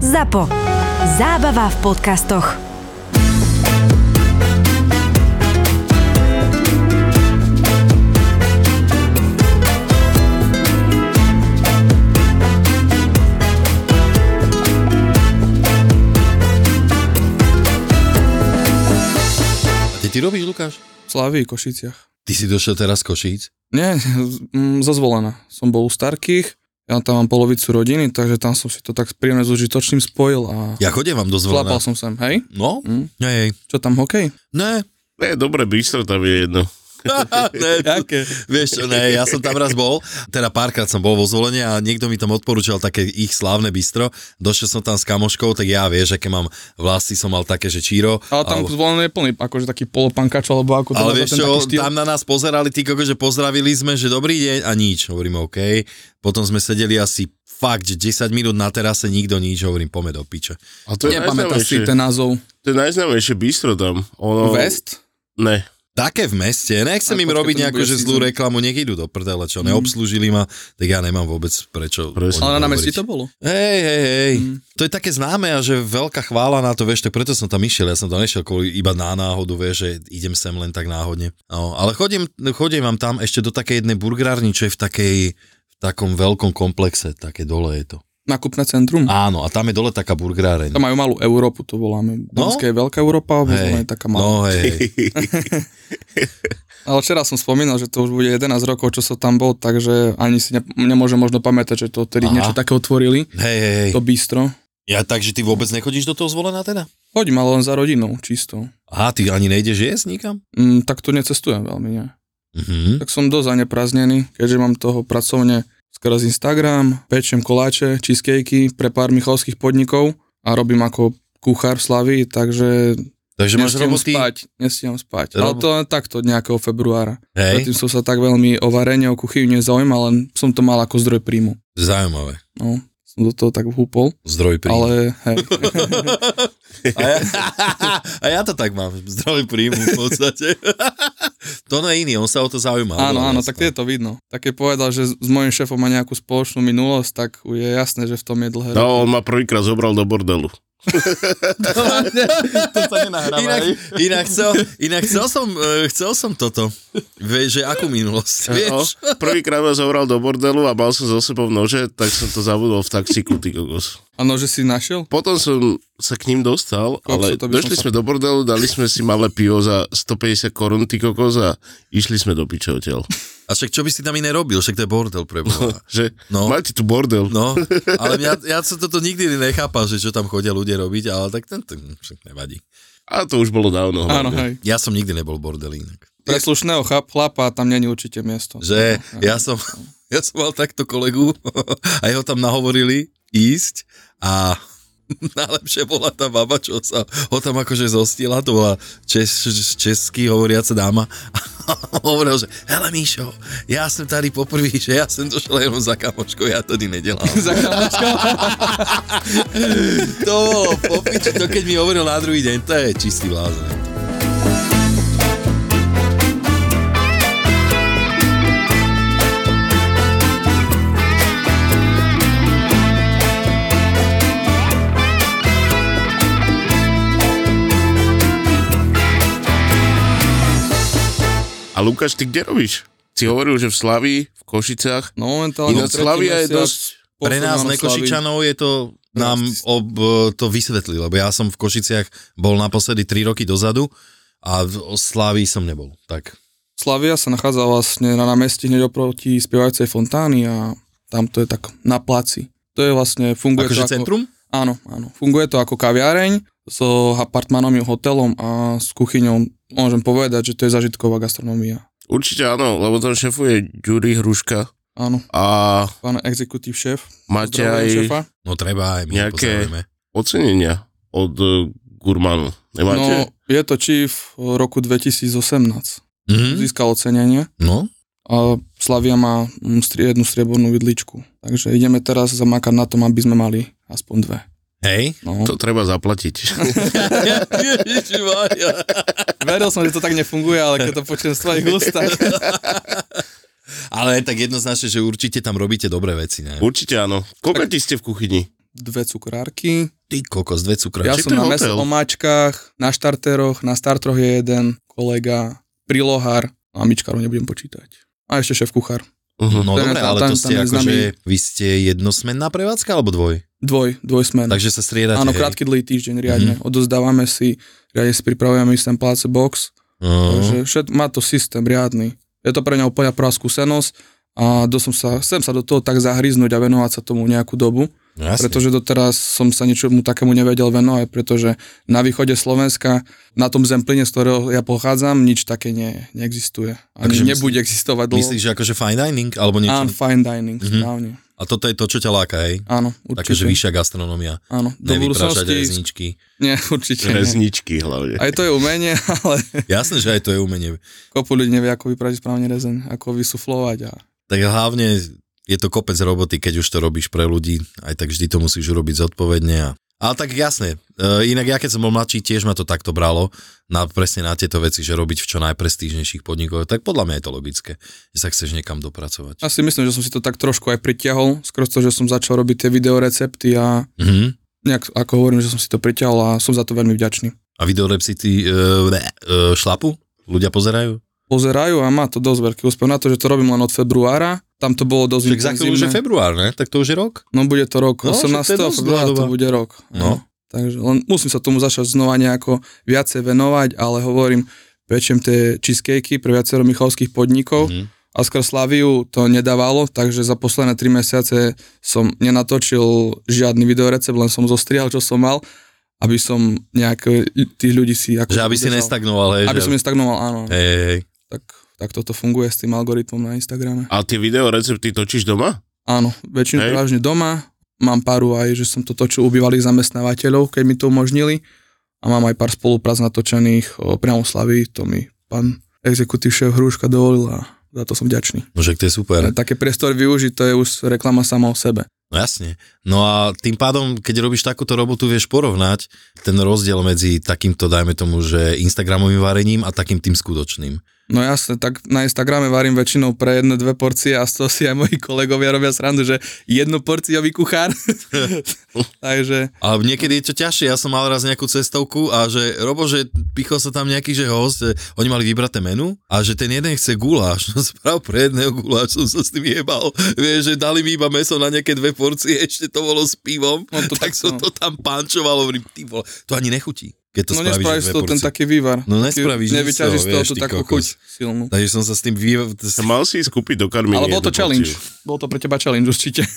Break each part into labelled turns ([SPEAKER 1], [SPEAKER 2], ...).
[SPEAKER 1] ZAPO. Zábava v podcastoch.
[SPEAKER 2] A ty, ty robíš, Lukáš?
[SPEAKER 3] Slavy v Košiciach.
[SPEAKER 2] Ty si došiel teraz z Košíc?
[SPEAKER 3] Nie, z- mm, zo zvolená. Som bol u Starkých, ja tam mám polovicu rodiny, takže tam som si to tak príjemne s užitočným spojil a
[SPEAKER 2] Ja chodím vám do
[SPEAKER 3] chlapal
[SPEAKER 2] zvolená.
[SPEAKER 3] som sem, hej?
[SPEAKER 2] No?
[SPEAKER 3] Mm.
[SPEAKER 2] Hej,
[SPEAKER 3] Čo tam, hokej?
[SPEAKER 2] ne.
[SPEAKER 4] Ne, dobre, bistro tam je jedno.
[SPEAKER 2] ne, tu-
[SPEAKER 3] Jaké?
[SPEAKER 2] vieš čo, ne, ja som tam raz bol, teda párkrát som bol vo zvolenie a niekto mi tam odporúčal také ich slávne bistro. Došiel som tam s kamoškou, tak ja vieš, aké mám vlasy, som mal také, že číro.
[SPEAKER 3] Ale tam
[SPEAKER 2] alebo-
[SPEAKER 3] zvolené je plný, akože taký polopankač, alebo ako to
[SPEAKER 2] ale
[SPEAKER 3] nazvať,
[SPEAKER 2] vieš
[SPEAKER 3] ten
[SPEAKER 2] čo,
[SPEAKER 3] taký štýl.
[SPEAKER 2] tam na nás pozerali tí koko, že pozdravili sme, že dobrý deň a nič, hovorím OK. Potom sme sedeli asi fakt, že 10 minút na terase, nikto nič, hovorím, pome do piče.
[SPEAKER 4] A to je
[SPEAKER 3] Nepamätáš si
[SPEAKER 4] najznámejšie,
[SPEAKER 3] ten názov
[SPEAKER 4] to je najznámejšie bistro tam.
[SPEAKER 2] No.
[SPEAKER 4] Ono,
[SPEAKER 3] West?
[SPEAKER 4] Ne.
[SPEAKER 2] Také v meste, nechcem
[SPEAKER 3] Ale
[SPEAKER 2] im
[SPEAKER 3] počkaj,
[SPEAKER 2] robiť
[SPEAKER 3] to
[SPEAKER 2] nejakú
[SPEAKER 3] nebude
[SPEAKER 2] že zlú
[SPEAKER 3] season.
[SPEAKER 2] reklamu, nech idú do prdele, čo neobslúžili ma, tak ja nemám vôbec prečo.
[SPEAKER 4] Presne.
[SPEAKER 2] o ňom
[SPEAKER 3] Ale na
[SPEAKER 2] hovoriť.
[SPEAKER 3] mesti to bolo.
[SPEAKER 2] Hej, hej, hej. Mm. To je také známe a že veľká chvála na to, vieš, tak preto som tam išiel. Ja som tam nešiel kvôli iba na náhodu, vieš, že idem sem len tak náhodne. No, ale chodím, chodím vám tam ešte do takej jednej burgerárni, čo je v takej v takom veľkom komplexe, také dole je to.
[SPEAKER 3] Nakupné centrum.
[SPEAKER 2] Áno, a tam je dole taká burgeráreň.
[SPEAKER 3] Hm. Tam majú malú Európu, to voláme.
[SPEAKER 2] No.
[SPEAKER 3] Domská je veľká Európa, a
[SPEAKER 2] Hej.
[SPEAKER 3] hey. je taká malá. No.
[SPEAKER 2] No hej, hej.
[SPEAKER 3] Ale včera som spomínal, že to už bude 11 rokov, čo som tam bol, takže ani si ne, nemôžem možno pamätať, že to tedy
[SPEAKER 2] Aha.
[SPEAKER 3] niečo také otvorili.
[SPEAKER 2] hej, hej, hej.
[SPEAKER 3] To bistro.
[SPEAKER 2] Ja, takže ty vôbec nechodíš do toho zvolená teda?
[SPEAKER 3] Poďme, ale len za rodinou, čisto.
[SPEAKER 2] Aha, ty ani nejdeš jesť nikam?
[SPEAKER 3] Mm, tak tu necestujem veľmi, nie.
[SPEAKER 2] Mhm.
[SPEAKER 3] Tak som dosť zanepráznený, keďže mám toho pracovne skrz Instagram, pečiem koláče, cheesecakey pre pár michalských podnikov a robím ako kuchár slavy, takže
[SPEAKER 2] Takže máš
[SPEAKER 3] nestíham
[SPEAKER 2] roboty...
[SPEAKER 3] spať, nestíham spať. Ale
[SPEAKER 2] Robo-
[SPEAKER 3] to len takto od nejakého februára.
[SPEAKER 2] Hej,
[SPEAKER 3] Predtým som sa tak veľmi o varenie, o kuchyni nezaujímal, len som to mal ako zdroj príjmu.
[SPEAKER 2] zaujímavé.
[SPEAKER 3] No, som do toho tak húpol,
[SPEAKER 2] Zdroj príjmu.
[SPEAKER 3] ale hej.
[SPEAKER 2] A ja, a ja to tak mám, zdravý príjmu v podstate. to no je iný, on sa o to zaujíma.
[SPEAKER 3] Áno,
[SPEAKER 2] Oveľa
[SPEAKER 3] áno,
[SPEAKER 2] viac,
[SPEAKER 3] tak
[SPEAKER 2] no.
[SPEAKER 3] to je to vidno. Tak keď povedal, že s s mojim šéfom má nejakú spoločnú minulosť, tak je jasné, že v tom je dlhé roky.
[SPEAKER 4] No, on ma prvýkrát zobral do bordelu.
[SPEAKER 2] Inak, inak, chcel, inak chcel, som, eh, chcel som toto. Vieš, že akú minulosť, vieš?
[SPEAKER 4] No, prvýkrát ma zobral do bordelu a mal som so sebou nože, tak som to zabudol v taxiku, ty kokos.
[SPEAKER 3] Áno, že si našiel?
[SPEAKER 4] Potom som sa k ním dostal,
[SPEAKER 3] Kokso,
[SPEAKER 4] ale
[SPEAKER 3] to by som
[SPEAKER 4] došli
[SPEAKER 3] sa-
[SPEAKER 4] sme do bordelu, dali sme si malé pivo za 150 korún, ty kokos, a išli sme do piče odtiaľ.
[SPEAKER 2] A však čo by si tam iné robil, však to je bordel pre Boha.
[SPEAKER 4] Že,
[SPEAKER 2] No.
[SPEAKER 4] no. máte tu bordel.
[SPEAKER 2] No, ale mňa, ja som toto nikdy nechápal, že čo tam chodia ľudia robiť, ale tak ten, ten však nevadí.
[SPEAKER 4] A to už bolo dávno.
[SPEAKER 3] Áno,
[SPEAKER 4] hlavne.
[SPEAKER 3] hej.
[SPEAKER 2] Ja som nikdy nebol bordel inak.
[SPEAKER 3] Pre slušného chap- chlapa tam není určite miesto.
[SPEAKER 2] Že ja som, ja som mal takto kolegu a jeho tam nahovorili ísť a najlepšie bola tá baba, čo sa ho tam akože zostila, to bola čes, česky hovoriaca dáma a hovoril, že hele Míšo, ja som tady poprvý, že ja som došiel jenom za kamočkou, ja tady nedelám.
[SPEAKER 3] Za kamočkou.
[SPEAKER 2] to bolo popiči, to keď mi hovoril na druhý deň, to je čistý blázon.
[SPEAKER 4] A Lukáš, ty kde robíš? Si hovoril, že v Slaví, v Košicách.
[SPEAKER 3] No momentálne
[SPEAKER 4] Ináč
[SPEAKER 3] tretí
[SPEAKER 4] Slavia je
[SPEAKER 3] mesiac,
[SPEAKER 4] dosť...
[SPEAKER 2] Pre
[SPEAKER 3] posledná
[SPEAKER 2] nás
[SPEAKER 3] na
[SPEAKER 2] nekošičanov je to nám ob, e, to vysvetli, lebo ja som v Košiciach bol naposledy 3 roky dozadu a v Oslávi som nebol. Tak.
[SPEAKER 3] Slavii. Slavia sa nachádza vlastne na námestí hneď oproti spievajúcej fontány a tam to je tak na placi. To je vlastne, funguje
[SPEAKER 2] Akože
[SPEAKER 3] to ako...
[SPEAKER 2] centrum?
[SPEAKER 3] Áno, áno. Funguje to ako kaviareň s apartmanom, hotelom a s kuchyňou. Môžem povedať, že to je zažitková gastronomia.
[SPEAKER 4] Určite áno, lebo tam šefuje Ďuri Hruška
[SPEAKER 3] Áno,
[SPEAKER 4] a
[SPEAKER 3] pán exekutív šéf.
[SPEAKER 4] máte
[SPEAKER 3] Pozdravujem
[SPEAKER 4] aj
[SPEAKER 3] šéfa.
[SPEAKER 2] No treba aj my
[SPEAKER 4] Nejaké-
[SPEAKER 2] pozdravujeme.
[SPEAKER 4] ocenenia od e, gurmánu.
[SPEAKER 3] No,
[SPEAKER 4] Nemáte?
[SPEAKER 3] je to Chief roku 2018.
[SPEAKER 2] Mhm.
[SPEAKER 3] Získal ocenenie
[SPEAKER 2] No,
[SPEAKER 3] a Slavia má mm, strie- jednu striebornú vidličku. Takže ideme teraz zamakať na tom, aby sme mali aspoň dve.
[SPEAKER 2] hej.
[SPEAKER 3] No.
[SPEAKER 4] To treba zaplatiť.
[SPEAKER 3] Veril som, že to tak nefunguje, ale keď to počujem z tvojich úst, tak...
[SPEAKER 2] Ale tak jednoznačne, že určite tam robíte dobré veci, ne?
[SPEAKER 4] Určite áno. Koľko ti ste v kuchyni?
[SPEAKER 3] dve cukrárky.
[SPEAKER 2] Ty kokos, dve cukráče.
[SPEAKER 3] Ja
[SPEAKER 4] Či
[SPEAKER 3] som
[SPEAKER 4] ten
[SPEAKER 3] na
[SPEAKER 4] hotel?
[SPEAKER 3] meso omáčkach, na štarteroch, na startroch je jeden kolega, prilohár, No mamičkárov nebudem počítať. A ešte šéf kuchár.
[SPEAKER 4] Uh-huh.
[SPEAKER 2] No
[SPEAKER 3] Ten-
[SPEAKER 2] dobre,
[SPEAKER 3] tam-
[SPEAKER 2] ale
[SPEAKER 3] tam-
[SPEAKER 2] to ste
[SPEAKER 3] tam je
[SPEAKER 2] akože, vy ste jednosmenná prevádzka alebo dvoj?
[SPEAKER 3] Dvoj, dvojsmen.
[SPEAKER 2] Takže sa striedate.
[SPEAKER 3] Áno,
[SPEAKER 2] hej. Mhm.
[SPEAKER 3] krátky dlhý týždeň riadne. Mm-hmm. Odozdávame si, riadne si pripravujeme ten pláce box,
[SPEAKER 2] No,
[SPEAKER 3] Takže všet, má to systém riadny. Je to pre mňa úplne prvá skúsenosť a do som sa, chcem sa do toho tak zahryznúť a venovať sa tomu nejakú dobu,
[SPEAKER 2] no jasne.
[SPEAKER 3] pretože doteraz som sa ničomu takému nevedel venovať, pretože na východe Slovenska, na tom Zempline, z ktorého ja pochádzam, nič také nie, neexistuje. Ani
[SPEAKER 2] Takže myslí-
[SPEAKER 3] nebude existovať dlho.
[SPEAKER 2] Myslíš, že akože fine dining alebo
[SPEAKER 3] Áno,
[SPEAKER 2] niečo?
[SPEAKER 3] fine dining,
[SPEAKER 2] Mhm.
[SPEAKER 3] správne.
[SPEAKER 2] A toto je to, čo ťa láka, hej?
[SPEAKER 3] Áno,
[SPEAKER 2] Takže
[SPEAKER 3] určite.
[SPEAKER 2] vyššia gastronomia.
[SPEAKER 3] Áno, do
[SPEAKER 2] Nevyprášať
[SPEAKER 3] budúcnosti...
[SPEAKER 2] rezničky.
[SPEAKER 3] Nie, určite nie.
[SPEAKER 4] Rezničky hlavne.
[SPEAKER 3] Aj to je umenie, ale
[SPEAKER 2] Jasné, že aj to je umenie.
[SPEAKER 3] kopu ľudí nevie, ako vypražiť správne rezeň, ako vysuflovať a
[SPEAKER 2] Tak hlavne je to kopec roboty, keď už to robíš pre ľudí, aj tak vždy to musíš urobiť zodpovedne. A... Ale tak jasne, e, inak ja keď som bol mladší, tiež ma to takto bralo, na, presne na tieto veci, že robiť v čo najprestížnejších podnikoch, tak podľa mňa je to logické, že sa chceš niekam dopracovať.
[SPEAKER 3] Ja si myslím, že som si to tak trošku aj pritiahol, skôr to, že som začal robiť tie videorecepty a
[SPEAKER 2] Mhm.
[SPEAKER 3] nejak, ako hovorím, že som si to pritiahol a som za to veľmi vďačný.
[SPEAKER 2] A videorepsity uh, uh, šlapu? Ľudia pozerajú?
[SPEAKER 3] Pozerajú a má to dosť veľký úspech na to, že to robím len od februára. Tam to bolo dosť
[SPEAKER 2] Tak za chvíľu už je február, ne? Tak to už je rok?
[SPEAKER 3] no bude to rok,
[SPEAKER 2] No, však to je
[SPEAKER 3] 18.
[SPEAKER 2] dosť
[SPEAKER 3] februára
[SPEAKER 2] dlhá
[SPEAKER 3] to
[SPEAKER 2] doba.
[SPEAKER 3] bude rok.
[SPEAKER 2] No.
[SPEAKER 3] Takže len musím sa tomu začať znova nejako viacej venovať, ale hovorím, pečiem tie cheesecakey pre viacero michalských podnikov,
[SPEAKER 2] Mhm.
[SPEAKER 3] a skôr Slaviu to nedávalo, takže za posledné 3 mesiace som nenatočil žiadny videorecept, len som zostrial, čo som mal, aby som nejak e, tých ľudí si... Ako
[SPEAKER 2] Že aby si
[SPEAKER 3] udržal.
[SPEAKER 2] nestagnoval, hej?
[SPEAKER 3] Aby
[SPEAKER 2] že...
[SPEAKER 3] som nestagnoval, áno.
[SPEAKER 2] Hej, hej, hej.
[SPEAKER 3] Tak, tak toto funguje s tým algoritmom na Instagrame.
[SPEAKER 4] A tie videorecepty točíš doma?
[SPEAKER 3] Áno, väčšinu
[SPEAKER 4] Hej.
[SPEAKER 3] prevažne doma. Mám paru aj, že som to točil u bývalých zamestnávateľov, keď mi to umožnili. A mám aj pár spoluprác natočených o, priamo v Slavii, to mi pán exekutív šéf Hruška dovolil a za to som vďačný.
[SPEAKER 2] No, že to je super.
[SPEAKER 3] Ale Také priestor využiť, to je už reklama sama o sebe.
[SPEAKER 2] No jasne. No a tým pádom, keď robíš takúto robotu, vieš porovnať ten rozdiel medzi takýmto, dajme tomu, že Instagramovým varením a takým tým skutočným.
[SPEAKER 3] No jasne, tak na Instagrame varím väčšinou pre jedné, dve porcie a z toho si aj moji kolegovia robia srandu, že jednoporciový kuchár. Takže
[SPEAKER 2] Ale niekedy je to ťažšie. Ja som mal raz nejakú cestovku a že Robo, že pichol sa tam nejaký, že host, že oni mali vybraté menu a že ten jeden chce guláš. No sprav pre jedného guláš, som sa s tým jebal. Vieš, že dali mi iba meso na nejaké dve porcie, ešte to bolo s pivom.
[SPEAKER 3] No to
[SPEAKER 2] tak
[SPEAKER 3] tak,
[SPEAKER 2] som
[SPEAKER 3] no.
[SPEAKER 2] to tam pančoval, hovorím, ty vole, to ani nechutí. Keď to spravíš,
[SPEAKER 3] no
[SPEAKER 2] že
[SPEAKER 3] nespravíš
[SPEAKER 2] dve
[SPEAKER 3] to ten
[SPEAKER 2] porcie.
[SPEAKER 3] taký vývar.
[SPEAKER 2] No
[SPEAKER 3] Ty
[SPEAKER 2] nespravíš nič z
[SPEAKER 3] Nevyťažíš z toho
[SPEAKER 2] vieš,
[SPEAKER 3] tú
[SPEAKER 2] ty
[SPEAKER 3] takú chuť
[SPEAKER 2] kokos.
[SPEAKER 3] silnú.
[SPEAKER 2] Takže som sa s tým vy...
[SPEAKER 4] Mal si ísť kúpiť do karminy.
[SPEAKER 3] Ale bol to
[SPEAKER 4] jednu
[SPEAKER 3] challenge.
[SPEAKER 4] porciu.
[SPEAKER 3] Bol to pre teba challenge určite.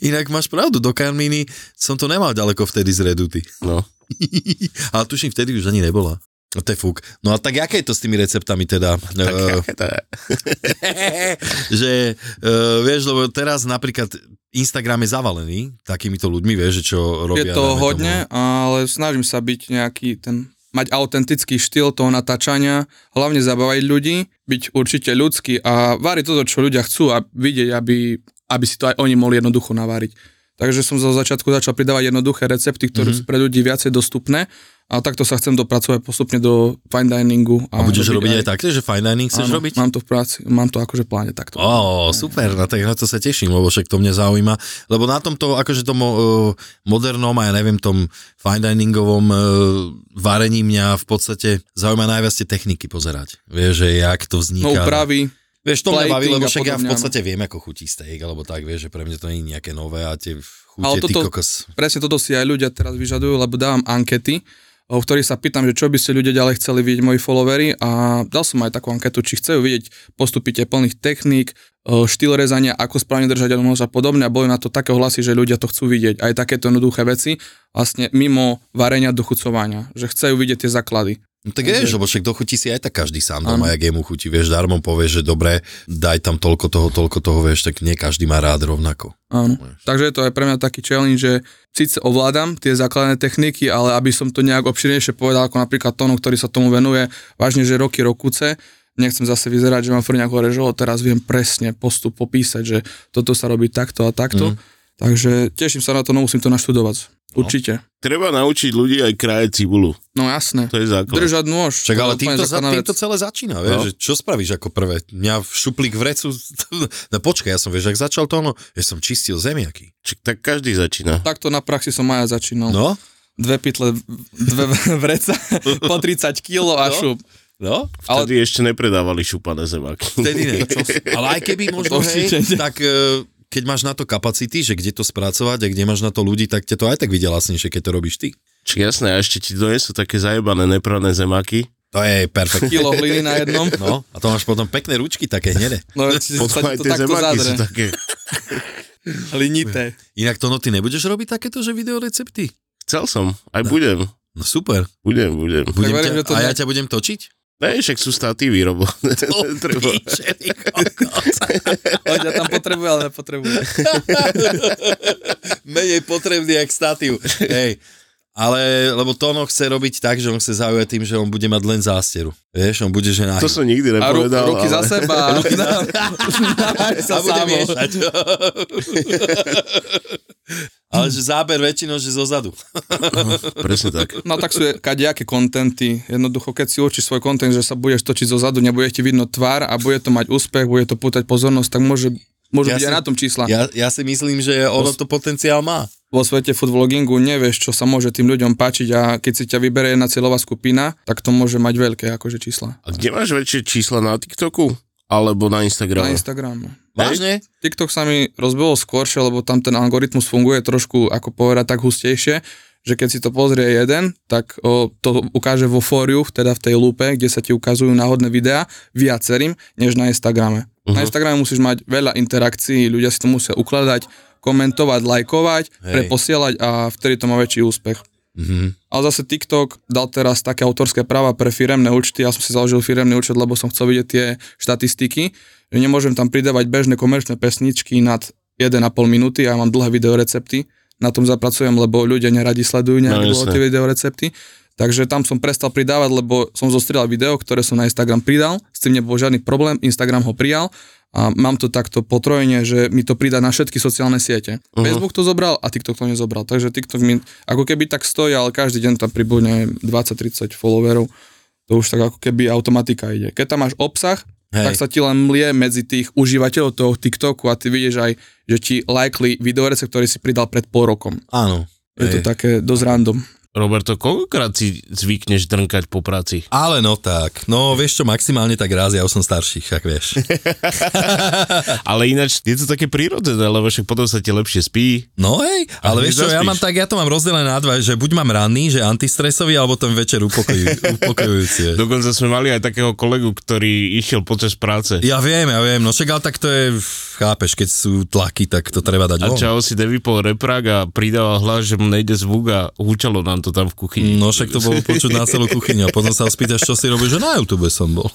[SPEAKER 2] Inak máš pravdu, do Karmíny som to nemal ďaleko vtedy z Reduty.
[SPEAKER 4] No.
[SPEAKER 2] Ale tuším, vtedy už ani nebola. No to je fúk. No a tak aké je to s tými receptami teda?
[SPEAKER 4] Tak,
[SPEAKER 2] Eh,
[SPEAKER 4] aké to je?
[SPEAKER 2] že uh, vieš, lebo teraz napríklad Instagram je zavalený takýmito ľuďmi, vieš, že čo
[SPEAKER 3] Je
[SPEAKER 2] robia.
[SPEAKER 3] to
[SPEAKER 2] dajme
[SPEAKER 3] hodne, ale snažím sa byť nejaký ten mať autentický štýl toho natáčania, hlavne zabávať ľudí, byť určite ľudský a váriť toto, čo ľudia chcú a vidieť, aby, aby si to aj oni mohli jednoducho naváriť. Takže som zo začiatku začal pridávať jednoduché
[SPEAKER 2] Mhm.
[SPEAKER 3] recepty, ktoré mm-hmm. sú pre ľudí viacej dostupné a takto sa chcem dopracovať postupne do fine diningu.
[SPEAKER 2] A budeš robiť aj takto, že fine dining chceš
[SPEAKER 3] áno,
[SPEAKER 2] robiť?
[SPEAKER 3] Mám to v práci, mám to akože v pláne takto.
[SPEAKER 2] Ó, super, na, tak na to sa teším, lebo však to mňa zaujíma. Lebo na tomto, akože tom uh, modernom a ja neviem, tom fine diningovom uh, varení mňa v podstate zaujíma najviac tie techniky pozerať. Vieš, že jak to
[SPEAKER 3] No
[SPEAKER 2] vzniká.
[SPEAKER 3] úpravy,
[SPEAKER 2] vieš, to mňa baví,
[SPEAKER 3] plating
[SPEAKER 2] lebo
[SPEAKER 3] a
[SPEAKER 2] však ja v
[SPEAKER 3] podobne,
[SPEAKER 2] podstate viem, ako chutí steak, alebo tak, vieš, že pre mňa to nie je nejaké nové a tie chute,
[SPEAKER 3] Ale
[SPEAKER 2] ty
[SPEAKER 3] toto-
[SPEAKER 2] kokos.
[SPEAKER 3] presne toto si aj ľudia teraz vyžadujú, lebo dávam ankety, o ktorých sa pýtam, že čo by ste ľudia ďalej chceli vidieť moji followery a dal som aj takú anketu, či chcú vidieť postupy teplných techník, e, štýl rezania, ako správne držať nož a podobne a boli na to také hlasy, že ľudia to chcú vidieť. Aj takéto jednoduché veci, vlastne mimo varenia do chucovania, že chcú vidieť tie základy.
[SPEAKER 2] No tak vieš, lebo však dochutí si aj tak každý sám doma,
[SPEAKER 3] Áno.
[SPEAKER 2] jak jemu chutí, vieš, darmo povieš, že dobre, daj tam toľko toho, toľko toho, vieš, tak nie každý má rád rovnako.
[SPEAKER 3] Áno. Takže je to aj pre mňa taký challenge, že síce ovládam tie základné techniky, ale aby som to nejak obširnejšie povedal, ako napríklad Tono, ktorý sa tomu venuje, vážne, že roky, rokuce, nechcem zase vyzerať,
[SPEAKER 2] Mhm.
[SPEAKER 3] že mám furt nejakú režo, teraz viem presne postup popísať, že toto sa robí takto a takto. Mm. Takže teším sa na to, no musím to naštudovať.
[SPEAKER 2] No.
[SPEAKER 3] Určite.
[SPEAKER 4] Treba naučiť ľudí aj kraje cibulu.
[SPEAKER 3] No jasné.
[SPEAKER 4] To je základ.
[SPEAKER 3] Držať nôž.
[SPEAKER 2] Však
[SPEAKER 3] to je
[SPEAKER 2] ale
[SPEAKER 3] úplne
[SPEAKER 2] týmto, sa,
[SPEAKER 3] základná
[SPEAKER 2] týmto
[SPEAKER 3] vec.
[SPEAKER 2] celé začína, vieš,
[SPEAKER 4] No.
[SPEAKER 2] že čo spravíš ako prvé? Mňa v šuplík vrecu, no počkaj, ja som, vieš, ak začal to ono, ja som čistil zemiaky.
[SPEAKER 4] Čiže tak každý začína.
[SPEAKER 3] Takto na praxi som aj ja začínal.
[SPEAKER 2] No,
[SPEAKER 3] Dve pytle, dve vreca, po 30 kg a
[SPEAKER 2] No.
[SPEAKER 3] šup.
[SPEAKER 2] no,
[SPEAKER 3] Ale-
[SPEAKER 4] Vtedy ešte nepredávali šupané zemáky.
[SPEAKER 2] vtedy ne. Čo, ale aj keby možno, hej,
[SPEAKER 3] Určite nie.
[SPEAKER 2] tak e, keď máš na to kapacity, že kde to spracovať a kde máš na to ľudí, tak ťa to aj tak vyjde lacnejšie, keď to robíš ty.
[SPEAKER 4] Čiže jasné, a ešte ti donesú také zajebané neprané zemáky.
[SPEAKER 2] To je perfektne.
[SPEAKER 3] Kilo hliny na jednom.
[SPEAKER 2] No, a to máš potom pekné ručky, také hnedé.
[SPEAKER 3] No, čiže
[SPEAKER 4] Potom
[SPEAKER 3] sa
[SPEAKER 4] aj
[SPEAKER 3] ti to
[SPEAKER 4] tie
[SPEAKER 3] takto
[SPEAKER 4] zemáky sú
[SPEAKER 3] zadre.
[SPEAKER 4] také.
[SPEAKER 3] Linité.
[SPEAKER 2] Inak to, no, ty nebudeš robiť takéto, že videorecepty?
[SPEAKER 4] Chcel som, aj budem.
[SPEAKER 2] No super.
[SPEAKER 4] Budem, budem.
[SPEAKER 2] Budem
[SPEAKER 3] verím,
[SPEAKER 2] ťa,
[SPEAKER 3] že to
[SPEAKER 2] a
[SPEAKER 3] ne-
[SPEAKER 2] ja ťa budem točiť?
[SPEAKER 4] Ne, však sú statívy, robo. Treba.
[SPEAKER 2] Píče, ty kokos.
[SPEAKER 3] Hoď, ja tam potrebujem, ale nepotrebujem.
[SPEAKER 2] Menej potrebný, jak statív. Hej. Ale, lebo Tono chce robiť tak, že on chce zaujať tým, že on bude mať len zásteru. Vieš, on bude, že na...
[SPEAKER 4] To som nikdy
[SPEAKER 3] A ru,
[SPEAKER 4] nepovedal.
[SPEAKER 3] ruky za
[SPEAKER 4] ale-
[SPEAKER 3] seba. Ruky na,
[SPEAKER 2] a
[SPEAKER 3] sa
[SPEAKER 2] bude
[SPEAKER 3] samo.
[SPEAKER 2] miešať. Ale že záber väčšinou, že zozadu.
[SPEAKER 4] Presne tak.
[SPEAKER 3] No tak sú je- kadejaké kontenty. Jednoducho, keď si určíš svoj kontent, že sa budeš točiť zo zadu, nebude ti vidno tvár a bude to mať úspech, bude to pútať pozornosť, tak môže,
[SPEAKER 2] Ja
[SPEAKER 3] môžu byť aj
[SPEAKER 2] si-
[SPEAKER 3] na tom čísla.
[SPEAKER 2] Ja, ja si myslím, že ono to potenciál má.
[SPEAKER 3] Vo svete food vlogingu nevieš, čo sa môže tým ľuďom páčiť a keď si ťa vyberie jedna cieľová skupina, tak to môže mať veľké akože čísla.
[SPEAKER 4] A kde máš väčšie čísla na TikToku? Alebo
[SPEAKER 3] Na
[SPEAKER 4] na Instagrame?
[SPEAKER 3] Instagram. no.
[SPEAKER 2] Vážne?
[SPEAKER 3] TikTok sa mi rozbehol skôršie, lebo tam ten algoritmus funguje trošku, ako povedať, tak hustejšie, že keď si to pozrie jeden, tak o, to ukáže vo fóriu, teda v tej lupe, kde sa ti ukazujú náhodné videá viacerým, než na Instagrame. Uh-huh. Na Instagrame musíš mať veľa interakcií, ľudia si to musia ukladať, komentovať, lajkovať,
[SPEAKER 2] Hej.
[SPEAKER 3] preposielať a vtedy to má väčší úspech.
[SPEAKER 2] Mhm.
[SPEAKER 3] Ale zase TikTok dal teraz také autorské práva pre firemné účty. Ja som si založil firemný účet, lebo som chcel vidieť tie štatistiky. Že nemôžem tam pridávať bežné komerčné pesničky nad 1,5 minúty. Ja mám dlhé videorecepty. Na tom zapracujem, lebo ľudia neradi sledujú nejaké
[SPEAKER 4] No,
[SPEAKER 3] no,
[SPEAKER 4] jasné.
[SPEAKER 3] tie videorecepty. Takže tam som prestal pridávať, lebo som zostrel video, ktoré som na Instagram pridal. S tým nebol žiadny problém. Instagram ho prijal a mám to takto potrojene, že mi to pridá na všetky sociálne siete. Uh-huh. Facebook to zobral a TikTok to nezobral, takže TikTok mi ako keby tak stojí, ale každý deň tam pribudne 20-30 followerov. To už tak ako keby automatika ide. Keď tam máš obsah,
[SPEAKER 2] Hej.
[SPEAKER 3] Hej. tak sa ti len mlie medzi tých užívateľov toho TikToku a ty vidíš aj, že ti likely videorece, ktorý si pridal pred pol rokom.
[SPEAKER 2] Áno.
[SPEAKER 3] Je
[SPEAKER 2] Hej.
[SPEAKER 3] to také dosť random.
[SPEAKER 4] Roberto, koľkokrát si zvykneš drnkať po práci?
[SPEAKER 2] Ale no tak, no vieš čo, maximálne tak raz, ja už som starší, však vieš.
[SPEAKER 4] Ale ináč je to také prírodzené, lebo však potom sa ti lepšie spí.
[SPEAKER 2] No hej,
[SPEAKER 4] A
[SPEAKER 2] ale
[SPEAKER 4] hneď
[SPEAKER 2] vieš čo, ja
[SPEAKER 4] zaspíš.
[SPEAKER 2] mám tak, ja to mám rozdelené na dva, že buď mám ranný, že antistresový, alebo ten večer upokojuj, upokojujúci. vieš.
[SPEAKER 4] Dokonca sme mali aj takého kolegu, ktorý išiel počas práce.
[SPEAKER 2] Ja viem, ja viem, no však ale tak to je, chápeš, keď sú tlaky, tak to treba dať
[SPEAKER 4] A
[SPEAKER 2] von.
[SPEAKER 4] čau si Devipol reprák a pridával hlas, že mu nejde zvuk a húčalo nám to tam v kuchyni.
[SPEAKER 2] No však to bolo počuť na celú kuchyňu. A Potom sa ho spýtaš, čo si robíš, že na YouTube som bol.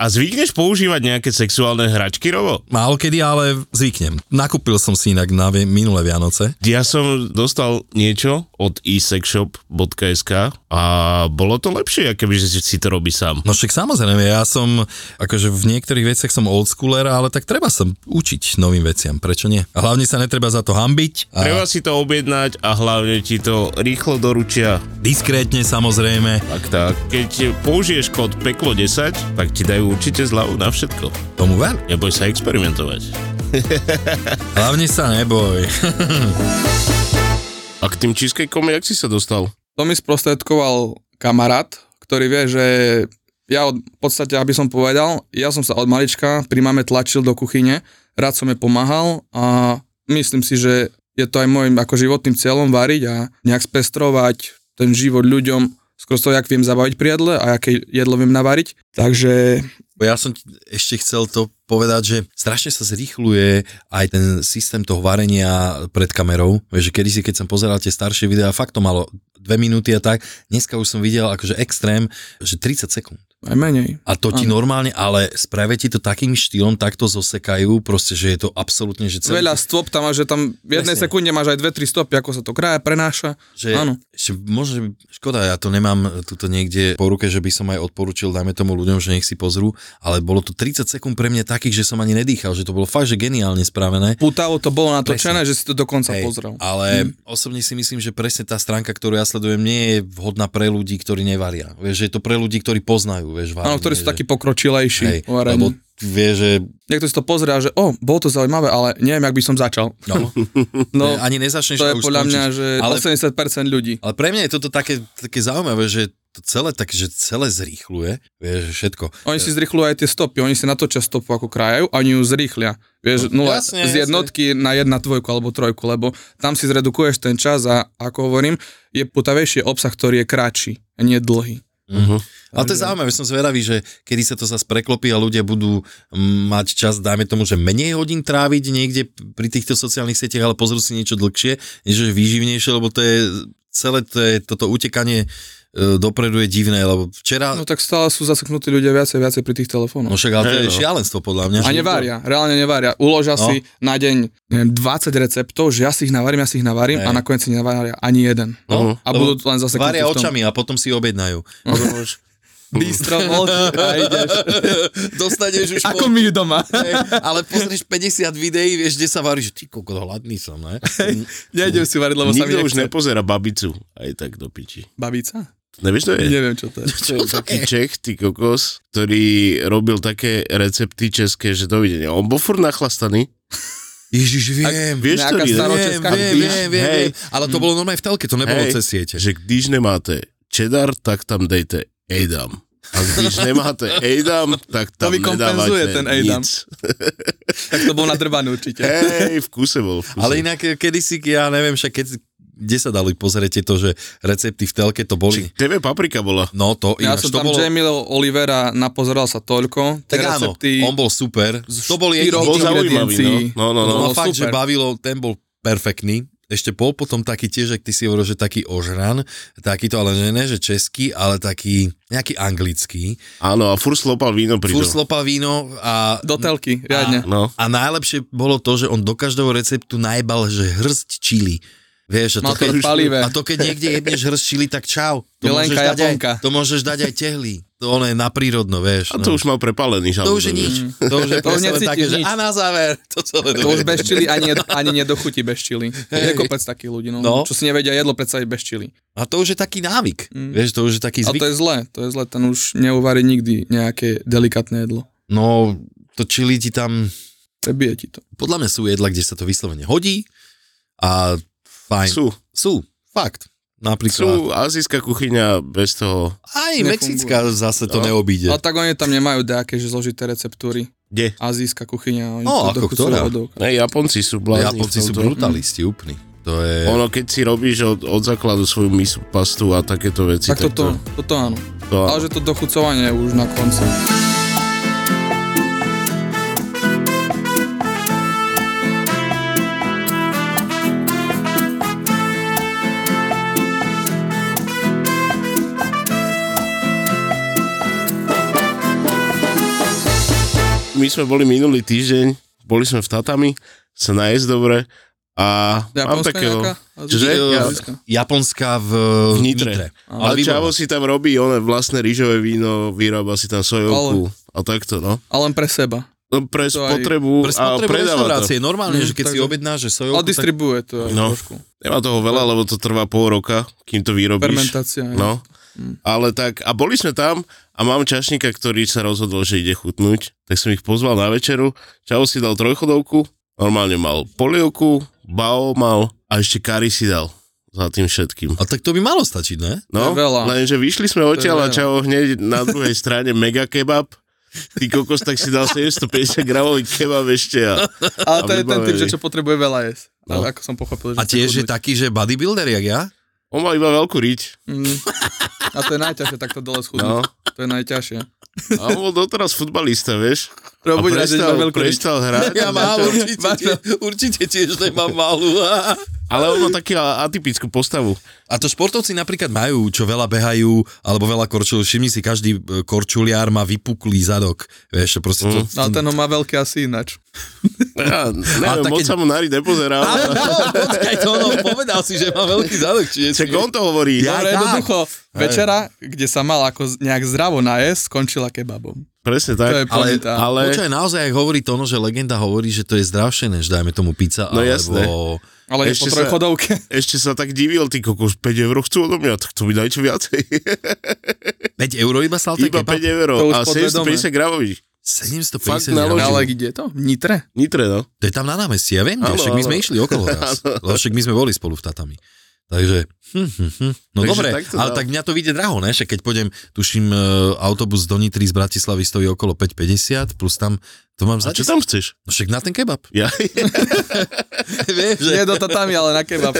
[SPEAKER 4] A zvykneš používať nejaké sexuálne hračky, Robo?
[SPEAKER 2] Málo kedy, ale zvyknem. Nakúpil som si inak na vi- minulé Vianoce.
[SPEAKER 4] Ja som dostal niečo od esexshop.sk a bolo to lepšie, aké by že si to robí sám.
[SPEAKER 2] No však samozrejme, ja som, akože v niektorých veciach som old schooler, ale tak treba sa učiť novým veciam, prečo nie? A hlavne sa netreba za to hambiť. A...
[SPEAKER 4] Treba si to objednať a hlavne ti to rýchlo doručia.
[SPEAKER 2] Diskrétne samozrejme,
[SPEAKER 4] Tak tak. Keď použiješ kód PEKLO10, tak ti dajú určite zľavu na všetko.
[SPEAKER 2] tomu ver.
[SPEAKER 4] Neboj sa experimentovať.
[SPEAKER 2] Hlavne sa neboj.
[SPEAKER 4] A k tým cheesecakeom, jak si sa dostal?
[SPEAKER 3] To mi sprostredkoval kamarát, ktorý vie, že ja od, v podstate, aby som povedal, ja som sa od malička pri mame tlačil do kuchyne, rád som jej pomáhal a myslím si, že je to aj môjim ako životným cieľom variť a nejak spestrovať ten život ľuďom skôr to, jak viem zabaviť pri jedle a aké jedlo viem navariť. Takže
[SPEAKER 2] Ja som ti ešte chcel to povedať, že strašne sa zrýchluje aj ten systém toho varenia pred kamerou. Vieš, že kedysi, keď som pozeral tie staršie videá, fakt to malo dve minúty a tak. Dneska už som videl akože extrém, že 30 sekúnd.
[SPEAKER 3] aj menej.
[SPEAKER 2] A to ti normálne, ale spravia ti to takým štýlom, takto zosekajú, proste, že je to absolútne, že celý
[SPEAKER 3] Veľa stôp tam máš, že tam v jednej
[SPEAKER 2] Presne.
[SPEAKER 3] sekunde máš aj dve, tri stopy, ako sa to kraja prenáša.
[SPEAKER 2] Že,
[SPEAKER 3] Áno.
[SPEAKER 2] Že možno, že- škoda, ja to nemám tuto niekde po ruke, že by som aj odporučil, dajme tomu ľuďom, že nech si pozrú, ale bolo to 30 sekúnd pre mňa takých, že som ani nedýchal, že to bolo fakt, že geniálne spravené.
[SPEAKER 3] Putavo to bolo natočené, že si to dokonca
[SPEAKER 2] Hej,
[SPEAKER 3] pozrel. Hm.
[SPEAKER 2] Ale osobne si myslím, že presne tá stránka, ktorú ja sledujem, nie je vhodná pre ľudí, ktorí nevaria. Vieš, že je to pre ľudí, ktorí poznajú, vieš,
[SPEAKER 3] Áno, ktorí sú takí pokročilejší.
[SPEAKER 2] hej,
[SPEAKER 3] o varení.
[SPEAKER 2] lebo vie, že
[SPEAKER 3] Niekto si to pozrie, a že o, bolo to zaujímavé, ale neviem, jak by som začal.
[SPEAKER 2] no,
[SPEAKER 3] No,
[SPEAKER 2] ani nezačneš
[SPEAKER 3] to
[SPEAKER 2] a
[SPEAKER 3] je
[SPEAKER 2] už
[SPEAKER 3] podľa mňa,
[SPEAKER 2] skončíš.
[SPEAKER 3] že
[SPEAKER 2] ale
[SPEAKER 3] 80% ľudí.
[SPEAKER 2] Ale pre mňa je toto také, také zaujímavé, že to celé, tak, že celé zrýchluje, vieš, všetko.
[SPEAKER 3] Oni si zrýchľujú aj tie stopy, oni si natočia stopu ako krajajú a oni ju zrýchlia. Vieš,
[SPEAKER 2] No,
[SPEAKER 3] nula,
[SPEAKER 2] jasne,
[SPEAKER 3] z jednotky na jedna dvojku alebo trojku, lebo tam si zredukuješ ten čas a ako hovorím, je putavejšie obsah, ktorý je kratší a nie dlhý.
[SPEAKER 4] Uh-huh.
[SPEAKER 2] Ale to je zaujímavé, som zvedavý, že kedy sa to zase preklopí a ľudia budú mať čas, dajme tomu, že menej hodín tráviť niekde pri týchto sociálnych sieťach, ale pozrú si niečo dlhšie, niečo výživnejšie, lebo to je celé to je, toto utekanie e, dopredu je divné, lebo včera,
[SPEAKER 3] No tak stále sú zaseknutí ľudia viacej a viacej pri tých
[SPEAKER 2] no
[SPEAKER 3] telefónoch.
[SPEAKER 2] však ale to
[SPEAKER 4] Hej,
[SPEAKER 2] je
[SPEAKER 4] no.
[SPEAKER 2] šialenstvo podľa mňa.
[SPEAKER 3] A
[SPEAKER 2] že-
[SPEAKER 3] nevária, reálne nevária. Uložia
[SPEAKER 2] No.
[SPEAKER 3] si na deň neviem, 20 receptov, že ja si ich navarím, ja si ich navarím
[SPEAKER 2] Hej.
[SPEAKER 3] a nakoniec si nevaria ani jeden.
[SPEAKER 2] No,
[SPEAKER 3] A
[SPEAKER 2] lebo
[SPEAKER 3] budú len zaseknutí
[SPEAKER 2] Varia
[SPEAKER 3] v tom. No,
[SPEAKER 2] očami a potom si objednajú.
[SPEAKER 3] Bistro, voľky a ideš.
[SPEAKER 2] Dostaneš už
[SPEAKER 3] Ako my doma.
[SPEAKER 2] Hej, ale pozrieš 50 videí, vieš, kde sa varí, že ty kokot, hladný som, ne?
[SPEAKER 3] Nejdem si variť, lebo sa mi
[SPEAKER 4] Nikto už
[SPEAKER 3] nechce.
[SPEAKER 4] nepozerá babicu, aj tak do piči.
[SPEAKER 3] Babica?
[SPEAKER 4] Nevieš, to je?
[SPEAKER 3] Neviem, čo to je.
[SPEAKER 4] To je taký Čech, ty kokos, ktorý robil také recepty české, že dovidenia. On bol furt nachlastaný.
[SPEAKER 2] Ježiš, viem.
[SPEAKER 4] Vieš,
[SPEAKER 3] Nejaká
[SPEAKER 4] ktorý, ne?
[SPEAKER 3] staro-
[SPEAKER 2] Viem,
[SPEAKER 3] staročeská
[SPEAKER 2] viem,
[SPEAKER 4] kvíš.
[SPEAKER 2] viem, viem,
[SPEAKER 4] Hej.
[SPEAKER 2] viem, ale to bolo normálne v telke, to nebolo
[SPEAKER 4] Hej.
[SPEAKER 2] cez siete.
[SPEAKER 4] že když nemáte cheddar, tak tam dejte Adam. A když nemáte Adam, tak
[SPEAKER 3] To
[SPEAKER 4] tam
[SPEAKER 3] mi kompenzuje
[SPEAKER 4] nedávajte
[SPEAKER 3] ten Adam.
[SPEAKER 4] nic.
[SPEAKER 3] Tak to bol nadrbaný určite.
[SPEAKER 4] Hej, v kuse bol. V kuse.
[SPEAKER 2] Ale inak e, kedysi, ja neviem, však keď, kde sa dali pozrieť tieto, že recepty v telke to
[SPEAKER 4] Či
[SPEAKER 2] boli.
[SPEAKER 4] TV paprika bola.
[SPEAKER 2] No to
[SPEAKER 3] Ja
[SPEAKER 2] ináč,
[SPEAKER 3] som
[SPEAKER 2] to
[SPEAKER 3] tam
[SPEAKER 2] bolo...
[SPEAKER 3] Jamie Olivera napozeral sa toľko.
[SPEAKER 2] Tak
[SPEAKER 3] tie
[SPEAKER 2] áno,
[SPEAKER 3] recepty,
[SPEAKER 2] on bol super. To bol
[SPEAKER 3] štyroch
[SPEAKER 2] jediný,
[SPEAKER 4] Bol
[SPEAKER 3] Ingredienci.
[SPEAKER 4] zaujímavý, no. No, no, no.
[SPEAKER 2] No, no
[SPEAKER 3] bol
[SPEAKER 2] fakt, že
[SPEAKER 3] super.
[SPEAKER 2] bavilo, ten bol perfektný. Ešte bol potom taký tiež, ak ty si hovoril, že taký ožran, takýto, ale že ne, že český, ale taký nejaký anglický.
[SPEAKER 4] Áno, a furt slopal víno pri
[SPEAKER 2] Fúr
[SPEAKER 4] tom.
[SPEAKER 2] slopal víno a...
[SPEAKER 3] Do telky, riadne.
[SPEAKER 4] No.
[SPEAKER 2] A najlepšie bolo to, že on do každého receptu najbal, že hrst čili. Vieš, a to,
[SPEAKER 3] Mal to
[SPEAKER 2] keď,
[SPEAKER 3] byť palivé.
[SPEAKER 2] a to keď niekde jebneš hrst čili, tak čau. To môžeš,
[SPEAKER 3] Jelenka,
[SPEAKER 2] dať aj,
[SPEAKER 3] jablonka.
[SPEAKER 2] to môžeš dať aj tehly. To ono je naprírodno, vieš. no.
[SPEAKER 4] A to už mal prepálený
[SPEAKER 2] to
[SPEAKER 4] žalúdok.
[SPEAKER 2] už je nič.
[SPEAKER 4] vieš.
[SPEAKER 2] To už je
[SPEAKER 3] Mm.
[SPEAKER 2] presne
[SPEAKER 3] To už
[SPEAKER 2] len
[SPEAKER 3] necítiš
[SPEAKER 2] také, že
[SPEAKER 3] nič.
[SPEAKER 2] a na záver. To, celé
[SPEAKER 3] To už bez čili ani, ani nedochutí bez čili. Je kopec takých ľudí, no,
[SPEAKER 2] No.
[SPEAKER 3] čo si nevedia jedlo predsa aj bez čili.
[SPEAKER 2] A to už je taký návyk. Vieš, to už je taký
[SPEAKER 3] Mm. A
[SPEAKER 2] zvyk.
[SPEAKER 3] to je zlé, to je zlé, ten už neuvarí nikdy nejaké delikatné jedlo.
[SPEAKER 2] No, to čili ti tam...
[SPEAKER 3] Prebije ti to.
[SPEAKER 2] Podľa mňa sú jedla, kde sa to vyslovene hodí a fajn.
[SPEAKER 4] Sú,
[SPEAKER 2] Sú, fakt. Napríklad. Sú.
[SPEAKER 4] sú azijská kuchyňa bez toho.
[SPEAKER 2] Aj
[SPEAKER 3] Nefunguje.
[SPEAKER 2] Mexická zase to
[SPEAKER 4] No.
[SPEAKER 2] neobíde.
[SPEAKER 3] Ale tak oni tam nemajú nejaké že zložité receptúry.
[SPEAKER 4] Kde?
[SPEAKER 3] Azijská kuchyňa, oni
[SPEAKER 2] No, ako
[SPEAKER 3] to dochucujú
[SPEAKER 2] ktorá?
[SPEAKER 3] vodou.
[SPEAKER 4] Ne, Japonci sú blázni.
[SPEAKER 2] Japonci
[SPEAKER 4] v
[SPEAKER 2] sú
[SPEAKER 4] tomto. Mm.
[SPEAKER 2] brutalisti úplní. To je...
[SPEAKER 4] Ono, keď si robíš od, od základu svoju misu pastu a takéto veci,
[SPEAKER 3] Tak toto, toto áno.
[SPEAKER 4] to áno.
[SPEAKER 3] Ale že to dochucovanie je už na konci.
[SPEAKER 4] my sme boli minulý týždeň, boli sme v Tatami, sa najesť dobre a mám
[SPEAKER 3] Japonská
[SPEAKER 4] takého...
[SPEAKER 3] nejaká?
[SPEAKER 4] Čože?
[SPEAKER 3] Azijská?
[SPEAKER 4] Ja,
[SPEAKER 3] Azijská.
[SPEAKER 2] Japonská e, v,
[SPEAKER 4] v Nitre. Ale
[SPEAKER 2] výborné.
[SPEAKER 4] Čavo si tam robí, on vlastné rýžové víno, vyrába si tam sojovku a takto, no.
[SPEAKER 3] Ale len pre seba.
[SPEAKER 4] No, Pre
[SPEAKER 3] To aj-
[SPEAKER 4] spotrebu,
[SPEAKER 2] Pre
[SPEAKER 4] a
[SPEAKER 2] spotrebu
[SPEAKER 4] predáva to.
[SPEAKER 2] restaurácie je normálne,
[SPEAKER 3] Mm,
[SPEAKER 2] že keď si
[SPEAKER 3] takže-
[SPEAKER 2] objednáš, že sojovku,
[SPEAKER 3] Ale distribuje to aj
[SPEAKER 4] No.
[SPEAKER 3] trošku.
[SPEAKER 4] Nemá toho veľa, lebo to trvá pol roka, kým to vyrobíš.
[SPEAKER 3] Fermentácia. aj.
[SPEAKER 4] No. Ale tak, a boli sme tam a mám čašníka, ktorý sa rozhodol, že ide chutnúť, tak som ich pozval na večeru. Čavo si dal trojchodovku, normálne mal polievku, bao mal a ešte kari si dal za tým všetkým.
[SPEAKER 2] A tak to by malo stačiť, ne?
[SPEAKER 3] je
[SPEAKER 4] No,
[SPEAKER 3] veľa.
[SPEAKER 4] lenže vyšli sme odtiaľ
[SPEAKER 3] veľa.
[SPEAKER 4] a čavo hneď na druhej strane mega kebab. Ty kokos, tak si dal 750 gramový kebab ešte a
[SPEAKER 3] Ale to
[SPEAKER 4] A
[SPEAKER 3] je ten
[SPEAKER 4] vybavený.
[SPEAKER 3] typ, že čo potrebuje veľa jesť.
[SPEAKER 4] No.
[SPEAKER 3] Ale ako som pochopil, že
[SPEAKER 2] A
[SPEAKER 3] chce
[SPEAKER 2] tiež je
[SPEAKER 3] chudnúť.
[SPEAKER 2] taký, že bodybuilder, jak ja?
[SPEAKER 4] On mal iba veľkú riť.
[SPEAKER 3] Mm. A to je najťažšie takto dole schudnúť.
[SPEAKER 4] No.
[SPEAKER 3] No. To je najťažšie.
[SPEAKER 4] A on bol doteraz futbalista, vieš. A
[SPEAKER 3] Robuď radšej
[SPEAKER 4] prestal,
[SPEAKER 3] iba veľkú riť.
[SPEAKER 4] prestal hrať.
[SPEAKER 2] Ja mám, určite, tie, určite tiež nemám malú.
[SPEAKER 4] Ale on má takú atypickú postavu.
[SPEAKER 2] A to športovci napríklad majú, čo veľa behajú, alebo veľa korčuliarov. Všimni si, každý e, korčuliar má vypuklý zadok. Vieš, to proste to...
[SPEAKER 4] Mm.
[SPEAKER 3] No, ale ten ho má veľký asi ináč.
[SPEAKER 4] Ja, neviem,
[SPEAKER 2] A
[SPEAKER 4] moc
[SPEAKER 2] také-
[SPEAKER 4] sa mu na riť nepozeral.
[SPEAKER 2] Ale no, počkaj, to ono povedal si, že má veľký zadok. Čiže
[SPEAKER 4] Čak on to hovorí.
[SPEAKER 2] Ja-
[SPEAKER 4] Ja.
[SPEAKER 2] tak.
[SPEAKER 3] Dobre, jednoducho, večera, kde sa mal ako z- nejak zdravo najesť, skončila kebabom.
[SPEAKER 4] Presne
[SPEAKER 3] To je
[SPEAKER 4] tak.
[SPEAKER 2] Ale,
[SPEAKER 3] podnetá.
[SPEAKER 2] ale...
[SPEAKER 4] ale-
[SPEAKER 2] Počkaj, naozaj, ak hovorí to ono, že legenda hovorí, že to je zdravšie, než dajme tomu pizza,
[SPEAKER 4] No jasné.
[SPEAKER 2] alebo...
[SPEAKER 3] Ale je po
[SPEAKER 4] Ešte sa-
[SPEAKER 3] trojchodovke.
[SPEAKER 4] Ešte sa tak divil, ty kokos, 5 eur chcú odo mňa, tak to mi dajte viacej.
[SPEAKER 2] 5 eur iba stal
[SPEAKER 4] Iba 5 eur
[SPEAKER 3] To už
[SPEAKER 4] a
[SPEAKER 3] podvedome.
[SPEAKER 4] 750 gramových.
[SPEAKER 2] 750
[SPEAKER 4] Fakt
[SPEAKER 2] eur.
[SPEAKER 4] naložil.
[SPEAKER 3] Ale kde je to? V Nitre?
[SPEAKER 4] Nitre, no.
[SPEAKER 2] To je tam na námestí, ja viem, áno,
[SPEAKER 4] Áno,
[SPEAKER 2] však my
[SPEAKER 4] áno.
[SPEAKER 2] sme išli okolo raz. Lebo však my sme boli spolu v tatami. Takže, hm, hm, hm. no
[SPEAKER 4] Takže
[SPEAKER 2] dobre,
[SPEAKER 4] takto
[SPEAKER 2] ale
[SPEAKER 4] dá.
[SPEAKER 2] tak mňa to vyjde draho, ne? Však keď pôjdem, tuším, e, autobus do Nitry z Bratislavy stojí okolo 5,50, plus tam, to mám
[SPEAKER 4] A
[SPEAKER 2] za 10.
[SPEAKER 4] čo tam chceš?
[SPEAKER 2] No však na ten kebab.
[SPEAKER 4] Ja,
[SPEAKER 2] Vieš, že...
[SPEAKER 3] Nie do tatami, ale na kebab.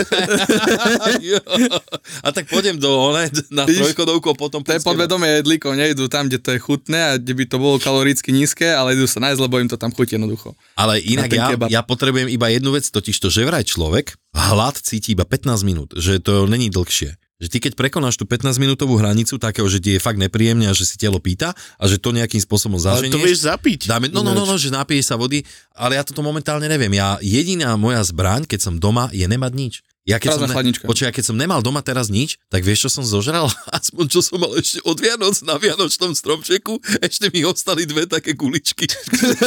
[SPEAKER 2] a tak pôjdem do one, na
[SPEAKER 3] Vidíš?
[SPEAKER 2] trojkodovku a potom...
[SPEAKER 3] To je podvedomie jedlíkov, nejdú tam, kde to je chutné a kde by to bolo kaloricky nízke, ale idú sa nájsť, lebo im to tam chutí jednoducho.
[SPEAKER 2] Ale inak
[SPEAKER 3] ten
[SPEAKER 2] ja,
[SPEAKER 3] kebab.
[SPEAKER 2] ja potrebujem iba jednu vec, totiž to, že vraj človek hlad cíti iba 15 minút, že to není dlhšie. Že ty keď prekonáš tú 15-minútovú hranicu takého, že ti je fakt nepríjemne a že si telo pýta a že to nejakým spôsobom
[SPEAKER 4] ale
[SPEAKER 2] zaženieš.
[SPEAKER 4] to vieš zapiť.
[SPEAKER 2] Dáme, no, no, no, no, že
[SPEAKER 4] Ináč.
[SPEAKER 2] napiješ sa vody, ale ja toto momentálne neviem. Ja, jediná moja zbraň, keď som doma, je nemať nič. Ja keď,
[SPEAKER 3] Prázdna
[SPEAKER 2] som
[SPEAKER 3] chladnička.
[SPEAKER 2] počuj, ja keď som nemal doma teraz nič, tak vieš, čo som zožral? Aspoň čo som mal ešte od Vianoc na Vianočnom stromčeku, ešte mi ostali dve také guličky.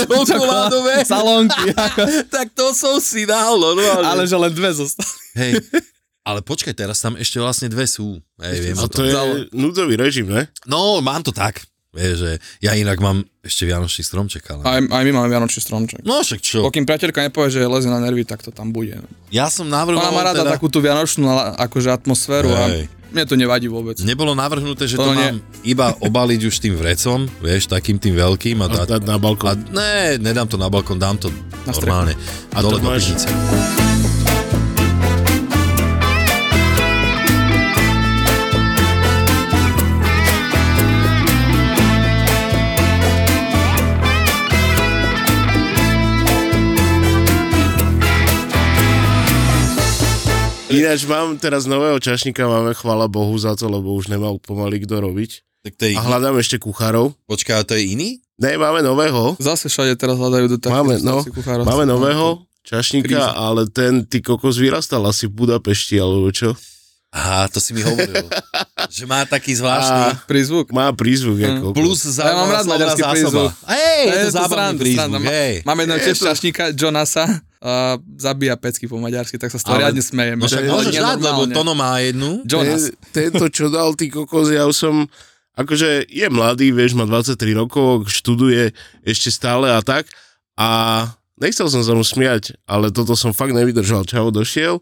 [SPEAKER 2] Čokoládové.
[SPEAKER 3] Salónky, ako,
[SPEAKER 2] tak to som si dal, normálne.
[SPEAKER 3] ale že len dve zostali.
[SPEAKER 2] Hej, ale počkaj, teraz tam ešte vlastne dve sú. Hej, viem o
[SPEAKER 4] A to
[SPEAKER 2] tom.
[SPEAKER 4] je
[SPEAKER 3] Zalo.
[SPEAKER 4] núdzový režim, ne?
[SPEAKER 2] No, mám to tak. Vieš, že ja inak mám ešte Vianočný stromček, ale...
[SPEAKER 3] Aj, aj my máme Vianočný stromček.
[SPEAKER 2] No však čo,
[SPEAKER 3] Pokým priateľka nepovie, že leze na nervy, tak to tam bude. no.
[SPEAKER 2] ja som navrhoval
[SPEAKER 3] Ona má rada
[SPEAKER 2] teda...
[SPEAKER 3] takú tú vianočnú ale akože atmosféru
[SPEAKER 2] Hej.
[SPEAKER 3] a mne to nevadí vôbec.
[SPEAKER 2] Nebolo navrhnuté, že to,
[SPEAKER 3] To
[SPEAKER 2] mám
[SPEAKER 3] nie.
[SPEAKER 2] iba obaliť už tým vrecom, vieš, takým tým veľkým a dať...
[SPEAKER 4] Dať na
[SPEAKER 2] A
[SPEAKER 4] balkón.
[SPEAKER 2] ne, nedám to na balkón, dám to
[SPEAKER 3] Na strechu.
[SPEAKER 2] normálne. A
[SPEAKER 4] A
[SPEAKER 2] dole
[SPEAKER 4] to
[SPEAKER 2] do
[SPEAKER 4] máš-
[SPEAKER 2] pivnice.
[SPEAKER 4] Ináč mám teraz nového čašníka, máme chvála Bohu za to, lebo už nemal pomaly kto robiť.
[SPEAKER 2] Tak to je
[SPEAKER 4] A
[SPEAKER 2] iný.
[SPEAKER 4] hľadám ešte kuchárov.
[SPEAKER 2] Počkaj, a to je iný?
[SPEAKER 4] Ne, máme nového.
[SPEAKER 3] Zase všade teraz hľadajú do takých
[SPEAKER 4] Máme, no,
[SPEAKER 3] restaurácií kuchárov.
[SPEAKER 4] Máme nového čašníka,
[SPEAKER 3] Kríza.
[SPEAKER 4] ale ten ty kokos vyrastal asi v Budapešti, alebo čo?
[SPEAKER 2] Aha, to si mi hovoril. že má taký zvláštny...
[SPEAKER 3] Prízvuk.
[SPEAKER 4] Má prízvuk,
[SPEAKER 3] Mm.
[SPEAKER 4] ako.
[SPEAKER 2] Plus
[SPEAKER 3] A ja mám
[SPEAKER 2] zaujímavá
[SPEAKER 3] rád
[SPEAKER 2] slovná
[SPEAKER 3] maďarský
[SPEAKER 2] zásoba.
[SPEAKER 3] prízvuk.
[SPEAKER 2] Hej, je to zábavný
[SPEAKER 3] sranda, sranda.
[SPEAKER 2] prízvuk,
[SPEAKER 3] Ma-
[SPEAKER 2] hej.
[SPEAKER 3] Máme jedného tiež čašníka, Jonasa, a zabíja pecky po maďarsky, tak sa z toho
[SPEAKER 2] Ale-
[SPEAKER 3] riadne smejeme.
[SPEAKER 2] No však
[SPEAKER 3] To je
[SPEAKER 2] môžeš dať, lebo no-
[SPEAKER 3] nenormálne.
[SPEAKER 2] Tono má jednu.
[SPEAKER 3] Jonas.
[SPEAKER 4] Ten- Tento, čo dal ty kokos, ja už som, akože je mladý, vieš, má 23 rokov, študuje ešte stále a tak. A nechcel som sa mu smiať, ale toto som fakt nevydržal. Čavo došiel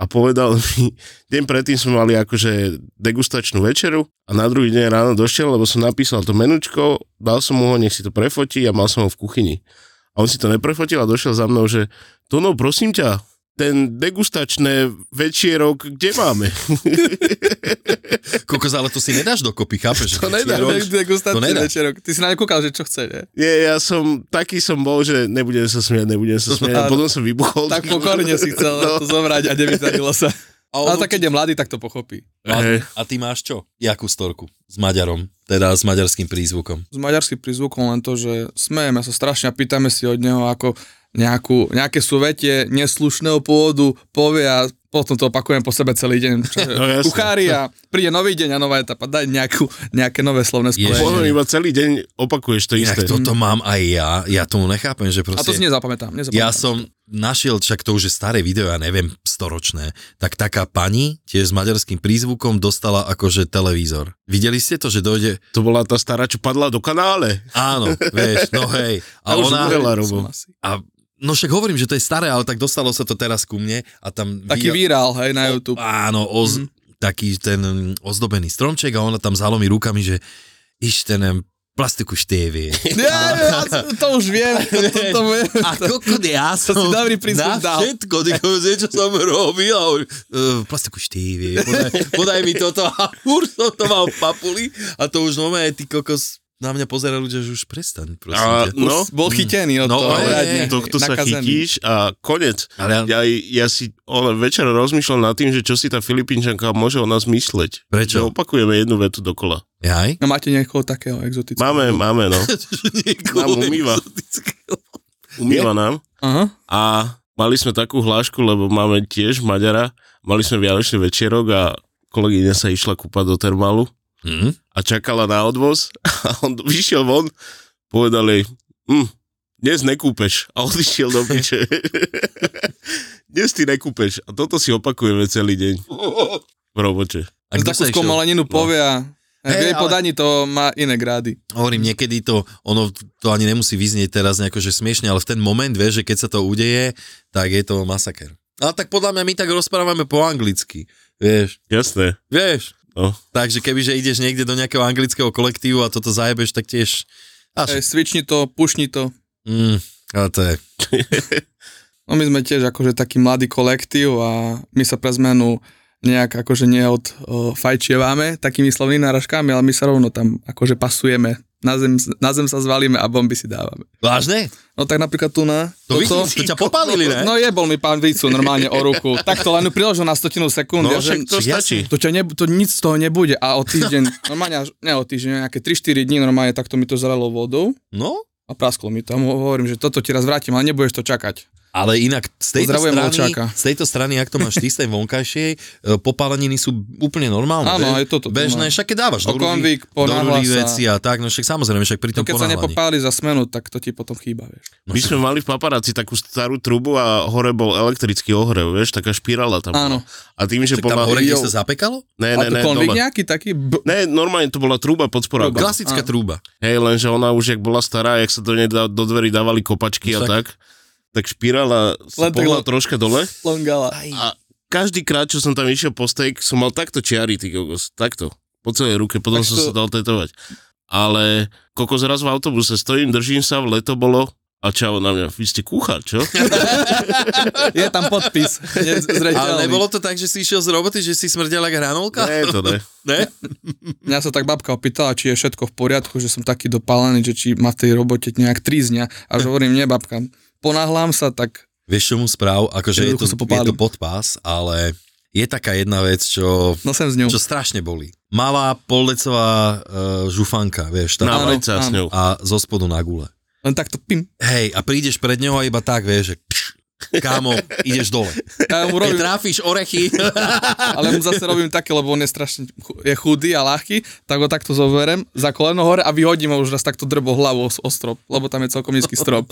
[SPEAKER 4] a povedal mi, deň predtým sme mali akože degustačnú večeru a na druhý deň ráno došiel, lebo som napísal to menučko, dal som mu ho, nech si to prefotí a mal som ho v kuchyni. A on si to neprefotil a došiel za mnou, že Tono, prosím ťa, ten degustačné večierok, kde máme?
[SPEAKER 2] Kokos, ale to si nedáš dokopy, chápeš?
[SPEAKER 4] To nedá,
[SPEAKER 2] Večerok.
[SPEAKER 3] Tak degustačný
[SPEAKER 2] To nedá.
[SPEAKER 3] večerok. Ty si na ne kúkal, že čo chce, ne?
[SPEAKER 4] Nie, ja som, taký som bol, že nebudem sa smiať, nebudem sa smiať. A potom som vybuchol. No.
[SPEAKER 3] Tak pokorne si chcel to zobrať a nevydarilo sa.
[SPEAKER 2] No. A, on,
[SPEAKER 3] Ale tak keď je mladý, tak to pochopí.
[SPEAKER 2] a,
[SPEAKER 4] Hej.
[SPEAKER 2] a ty máš čo? Jakú storku? S Maďarom. Teda s maďarským prízvukom.
[SPEAKER 3] S maďarským prízvukom len to, že smejeme sa strašne a pýtame si od neho, ako nejakú, nejaké súvetie neslušného pôvodu povie a potom to opakujem po sebe celý deň. Čo,
[SPEAKER 4] No jasne.
[SPEAKER 3] kuchári a príde nový deň a nová etapa, daj nejakú, nejaké nové slovné
[SPEAKER 2] Ježiš.
[SPEAKER 3] spojenie.
[SPEAKER 4] Potom iba celý deň opakuješ to isté.
[SPEAKER 2] Inak toto mám aj ja. Ja tomu nechápem, že
[SPEAKER 3] A
[SPEAKER 2] proste...
[SPEAKER 3] to si nezapamätám. nezapamätám.
[SPEAKER 2] Ja som našiel, však to už je staré video, ja neviem, storočné, tak taká pani tiež s maďarským prízvukom dostala akože televízor. Videli ste to, že dojde...
[SPEAKER 4] To bola tá stará, čo padla do kanále.
[SPEAKER 2] Áno, vieš, no hej. A
[SPEAKER 4] Ja už
[SPEAKER 2] ona...
[SPEAKER 4] umrela,
[SPEAKER 3] Som
[SPEAKER 4] Robo.
[SPEAKER 3] asi.
[SPEAKER 2] A, no však hovorím, že to je staré, ale tak dostalo sa to teraz ku mne a tam... vy-
[SPEAKER 3] Taký Mhm. virál, hej, na YouTube.
[SPEAKER 2] Áno, oz, taký ten mm, ozdobený stromček a ona tam zalomí rukami, že iš ten mm, plastiku štievi.
[SPEAKER 3] Ja, ja, to už viem. To, to, to, je.
[SPEAKER 2] A kokot, ja som
[SPEAKER 3] si dobrý prístup
[SPEAKER 2] na
[SPEAKER 3] dal.
[SPEAKER 2] všetko, ty kokos, niečo som robil a on, uh, plastiku štívy, podaj, podaj, mi toto a už som to mal v papuli a to už nové, ty kokos, na mňa pozerá ľudia, že už prestaň, prosím
[SPEAKER 4] A-
[SPEAKER 2] ťa.
[SPEAKER 4] No.
[SPEAKER 3] No, bol chytený od
[SPEAKER 2] No,
[SPEAKER 3] toho.
[SPEAKER 2] ale
[SPEAKER 3] riadne.
[SPEAKER 4] tohto sa
[SPEAKER 3] Nakazený.
[SPEAKER 4] chytíš a konec.
[SPEAKER 2] Ale ja-
[SPEAKER 4] Ja, ja si ale večer rozmýšľam nad tým, že čo si tá Filipínčanka môže o nás mysleť.
[SPEAKER 2] Prečo?
[SPEAKER 4] Že opakujeme jednu vetu dokola.
[SPEAKER 2] Jaj?
[SPEAKER 3] No máte niekoho takého exotického?
[SPEAKER 4] Máme, máme, no. Nám umýva. Umýva nám.
[SPEAKER 3] Aha.
[SPEAKER 4] A mali sme takú hlášku, lebo máme tiež Maďara. Mali sme Vianočný večerok a kolegyňa sa išla kúpať do termálu
[SPEAKER 2] Hm?
[SPEAKER 4] a čakala na odvoz a on vyšiel von, povedal jej, hm, dnes nekúpeš a odišiel do piče. dnes ty nekúpeš a toto si opakujeme celý deň v robote.
[SPEAKER 2] A kto sa
[SPEAKER 3] takú
[SPEAKER 2] išiel? No.
[SPEAKER 3] skomaleninu povie a
[SPEAKER 2] Hej,
[SPEAKER 3] v jej
[SPEAKER 2] ale-
[SPEAKER 3] podaní to má iné grády.
[SPEAKER 2] hovorím, niekedy to, ono to ani nemusí vyznieť teraz nejako, že smiešne, ale v ten moment, vieš, že keď sa to udeje, tak je to masaker. Ale tak podľa mňa my tak rozprávame po anglicky, vieš,
[SPEAKER 4] Jasné.
[SPEAKER 2] vieš.
[SPEAKER 4] No.
[SPEAKER 2] Takže kebyže ideš niekde do nejakého anglického kolektívu a toto zajebeš, tak tiež... Až,
[SPEAKER 3] Hej, svični to, pušni to.
[SPEAKER 2] mm, ale to je...
[SPEAKER 3] No my sme tiež akože taký mladý kolektív a my sa pre zmenu nejak akože neodfajčievame takými slovnými náražkami, ale my sa rovno tam akože pasujeme. Na zem, na zem sa zvalíme a bomby si dávame.
[SPEAKER 2] Vážne?
[SPEAKER 3] No tak napríklad tu na...
[SPEAKER 2] To vidím, to ťa popálili, ne?
[SPEAKER 3] No jebol mi pán Vicu normálne o ruku. Tak to len priložil na stotinu sekúnd. ja,
[SPEAKER 4] No
[SPEAKER 3] že-
[SPEAKER 4] však to
[SPEAKER 2] jasne.
[SPEAKER 4] stačí.
[SPEAKER 3] To, ťa ne, to nic z toho nebude a o týždeň, normálne až, ne o týždeň, nejaké 3-4 dní normálne takto mi to zrelo vodou
[SPEAKER 2] No,
[SPEAKER 3] a prasklo mi to. A mu hovorím, že toto ti raz vrátim, ale nebudeš to čakať.
[SPEAKER 2] ale inak z tejto,
[SPEAKER 3] Pozdravujem
[SPEAKER 2] strany,
[SPEAKER 3] Ovčáka.
[SPEAKER 2] z tejto strany, ak to máš ty z tej vonkajšej, e, popáleniny sú úplne normálne. vieš?
[SPEAKER 3] Áno, aj toto tu
[SPEAKER 2] Bežné,
[SPEAKER 3] mám.
[SPEAKER 2] však keď dávaš do rúry-
[SPEAKER 3] Okonvík,
[SPEAKER 2] do
[SPEAKER 3] ponáhla
[SPEAKER 2] rúry
[SPEAKER 3] sa.
[SPEAKER 2] veci a tak, no však samozrejme, však pri
[SPEAKER 3] To
[SPEAKER 2] tom
[SPEAKER 3] keď sa
[SPEAKER 2] ponáhľaní.
[SPEAKER 3] nepopáli za smenu, tak to ti potom chýba, vieš.
[SPEAKER 4] My sme mali v paparáci takú starú trubu a hore bol elektrický ohrev, vieš, taká špirála tam.
[SPEAKER 3] Áno.
[SPEAKER 4] bola. A tým, že
[SPEAKER 2] Tam hore,
[SPEAKER 4] pomaly...
[SPEAKER 2] kde sa zapekalo?
[SPEAKER 4] Ne,
[SPEAKER 3] a
[SPEAKER 4] ne,
[SPEAKER 3] to
[SPEAKER 4] ne,
[SPEAKER 3] konvík
[SPEAKER 4] dole.
[SPEAKER 3] nejaký taký... B-
[SPEAKER 4] Ne, normálne to bola truba pod sporákom.
[SPEAKER 2] Klasická
[SPEAKER 3] Á.
[SPEAKER 2] trúba.
[SPEAKER 4] Hej, lenže ona už, jak bola stará, jak sa do nej da, do dverí dávali kopačky a
[SPEAKER 2] Však.
[SPEAKER 4] tak, tak špirála sa
[SPEAKER 3] Len tak len-
[SPEAKER 4] pohla troška dole
[SPEAKER 3] Longala.
[SPEAKER 4] a každý krát, čo som tam išiel po steak, som mal takto čiary, ty kokos, takto, po celej ruke, potom
[SPEAKER 3] Tak
[SPEAKER 4] som
[SPEAKER 3] to-
[SPEAKER 4] sa dal tetovať. Ale kokos raz v autobuse stojím, držím sa, v leto bolo a čau na mňa, vy ste kuchár, čo?
[SPEAKER 3] Je tam podpis. Je
[SPEAKER 2] Ale
[SPEAKER 3] zreteľný.
[SPEAKER 2] nebolo to tak, že si išiel z roboty, že si smrdel jak hranolka?
[SPEAKER 4] ne, to ne.
[SPEAKER 2] ne?
[SPEAKER 3] Mňa sa tak babka opýtala, či je všetko v poriadku, že som taký dopálený, že či ma v tej robote nejak trízňa. A že hovorím, nie babka, ponáhľam sa, tak
[SPEAKER 2] Vieš čomu správ, akože je to,
[SPEAKER 3] Ruku sa
[SPEAKER 2] je
[SPEAKER 3] popálim.
[SPEAKER 2] to podpás, ale je taká jedna vec, čo,
[SPEAKER 3] nosem s ňou.
[SPEAKER 2] čo strašne boli. Malá pollecová uh, žufanka, vieš, tá,
[SPEAKER 4] Na
[SPEAKER 3] Áno,
[SPEAKER 4] vajca s
[SPEAKER 3] áno.
[SPEAKER 4] ňou.
[SPEAKER 2] a zo spodu na gule.
[SPEAKER 3] Len takto pim.
[SPEAKER 2] Hej, a prídeš pred neho a iba tak, vieš, že pš, kámo, ideš dole.
[SPEAKER 3] Ja mu
[SPEAKER 2] Keď
[SPEAKER 3] robím,
[SPEAKER 2] trafíš orechy,
[SPEAKER 3] ale mu zase robím také, lebo on je strašne chu- je chudý a ľahký, tak ho takto zoberem za koleno hore a vyhodím ho už raz takto drbo hlavou o strop, lebo tam je celkom nízky strop.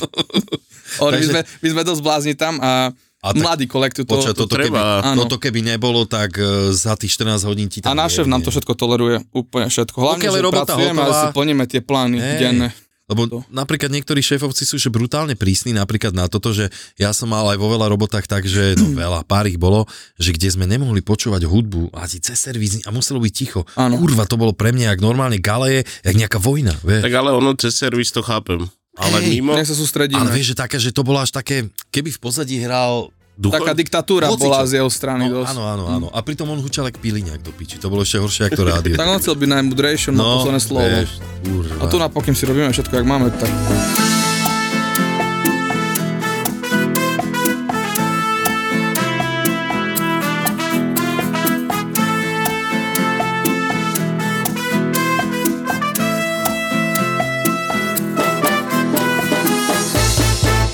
[SPEAKER 3] Ale my,
[SPEAKER 2] Takže-
[SPEAKER 3] sme, my sme dosť blázni tam a,
[SPEAKER 2] A
[SPEAKER 3] a
[SPEAKER 2] tak-
[SPEAKER 3] mladý kolektív to...
[SPEAKER 2] Počkaj,
[SPEAKER 3] to,
[SPEAKER 2] toto, keby,
[SPEAKER 4] treba.
[SPEAKER 3] Áno.
[SPEAKER 2] toto keby nebolo, tak uh, za tých 14 hodín ti tam
[SPEAKER 3] a náš šéf nám to
[SPEAKER 2] jebne.
[SPEAKER 3] všetko toleruje, úplne všetko. Hlavne,
[SPEAKER 2] Pokiaľ
[SPEAKER 3] že
[SPEAKER 2] je robota
[SPEAKER 3] pracujeme
[SPEAKER 2] hotová-
[SPEAKER 3] a si plníme tie plány
[SPEAKER 2] Hej.
[SPEAKER 3] denné.
[SPEAKER 2] Lebo
[SPEAKER 3] To.
[SPEAKER 2] napríklad niektorí šéfovci sú že brutálne prísni napríklad na toto, že ja som mal aj vo veľa robotách tak, že no veľa, pár ich bolo, že kde sme nemohli počúvať hudbu a cez servis a muselo byť ticho.
[SPEAKER 3] Áno.
[SPEAKER 2] Kurva, to bolo pre mňa jak normálne galeje, jak nejaká vojna, vieš.
[SPEAKER 4] Tak ale ono cez servis to chápem. Ale
[SPEAKER 2] Hej,
[SPEAKER 4] mimo,
[SPEAKER 3] Nech sa sústredíme.
[SPEAKER 2] Ale vieš, že také, že to bolo až také, keby v pozadí hral...
[SPEAKER 3] Taká
[SPEAKER 4] ducho,
[SPEAKER 3] diktatúra
[SPEAKER 2] Hocičo.
[SPEAKER 3] bola z jeho strany
[SPEAKER 2] No,
[SPEAKER 3] dosť.
[SPEAKER 2] áno, áno, áno. A pritom on hučal jak piliňak do piči. To bolo ešte horšie, ako to rádio.
[SPEAKER 3] Tak on chcel byť najmudrejší, on mal posledné slovo.
[SPEAKER 2] No, vieš, kurva.
[SPEAKER 3] A tu napokým si robíme všetko, jak máme, tak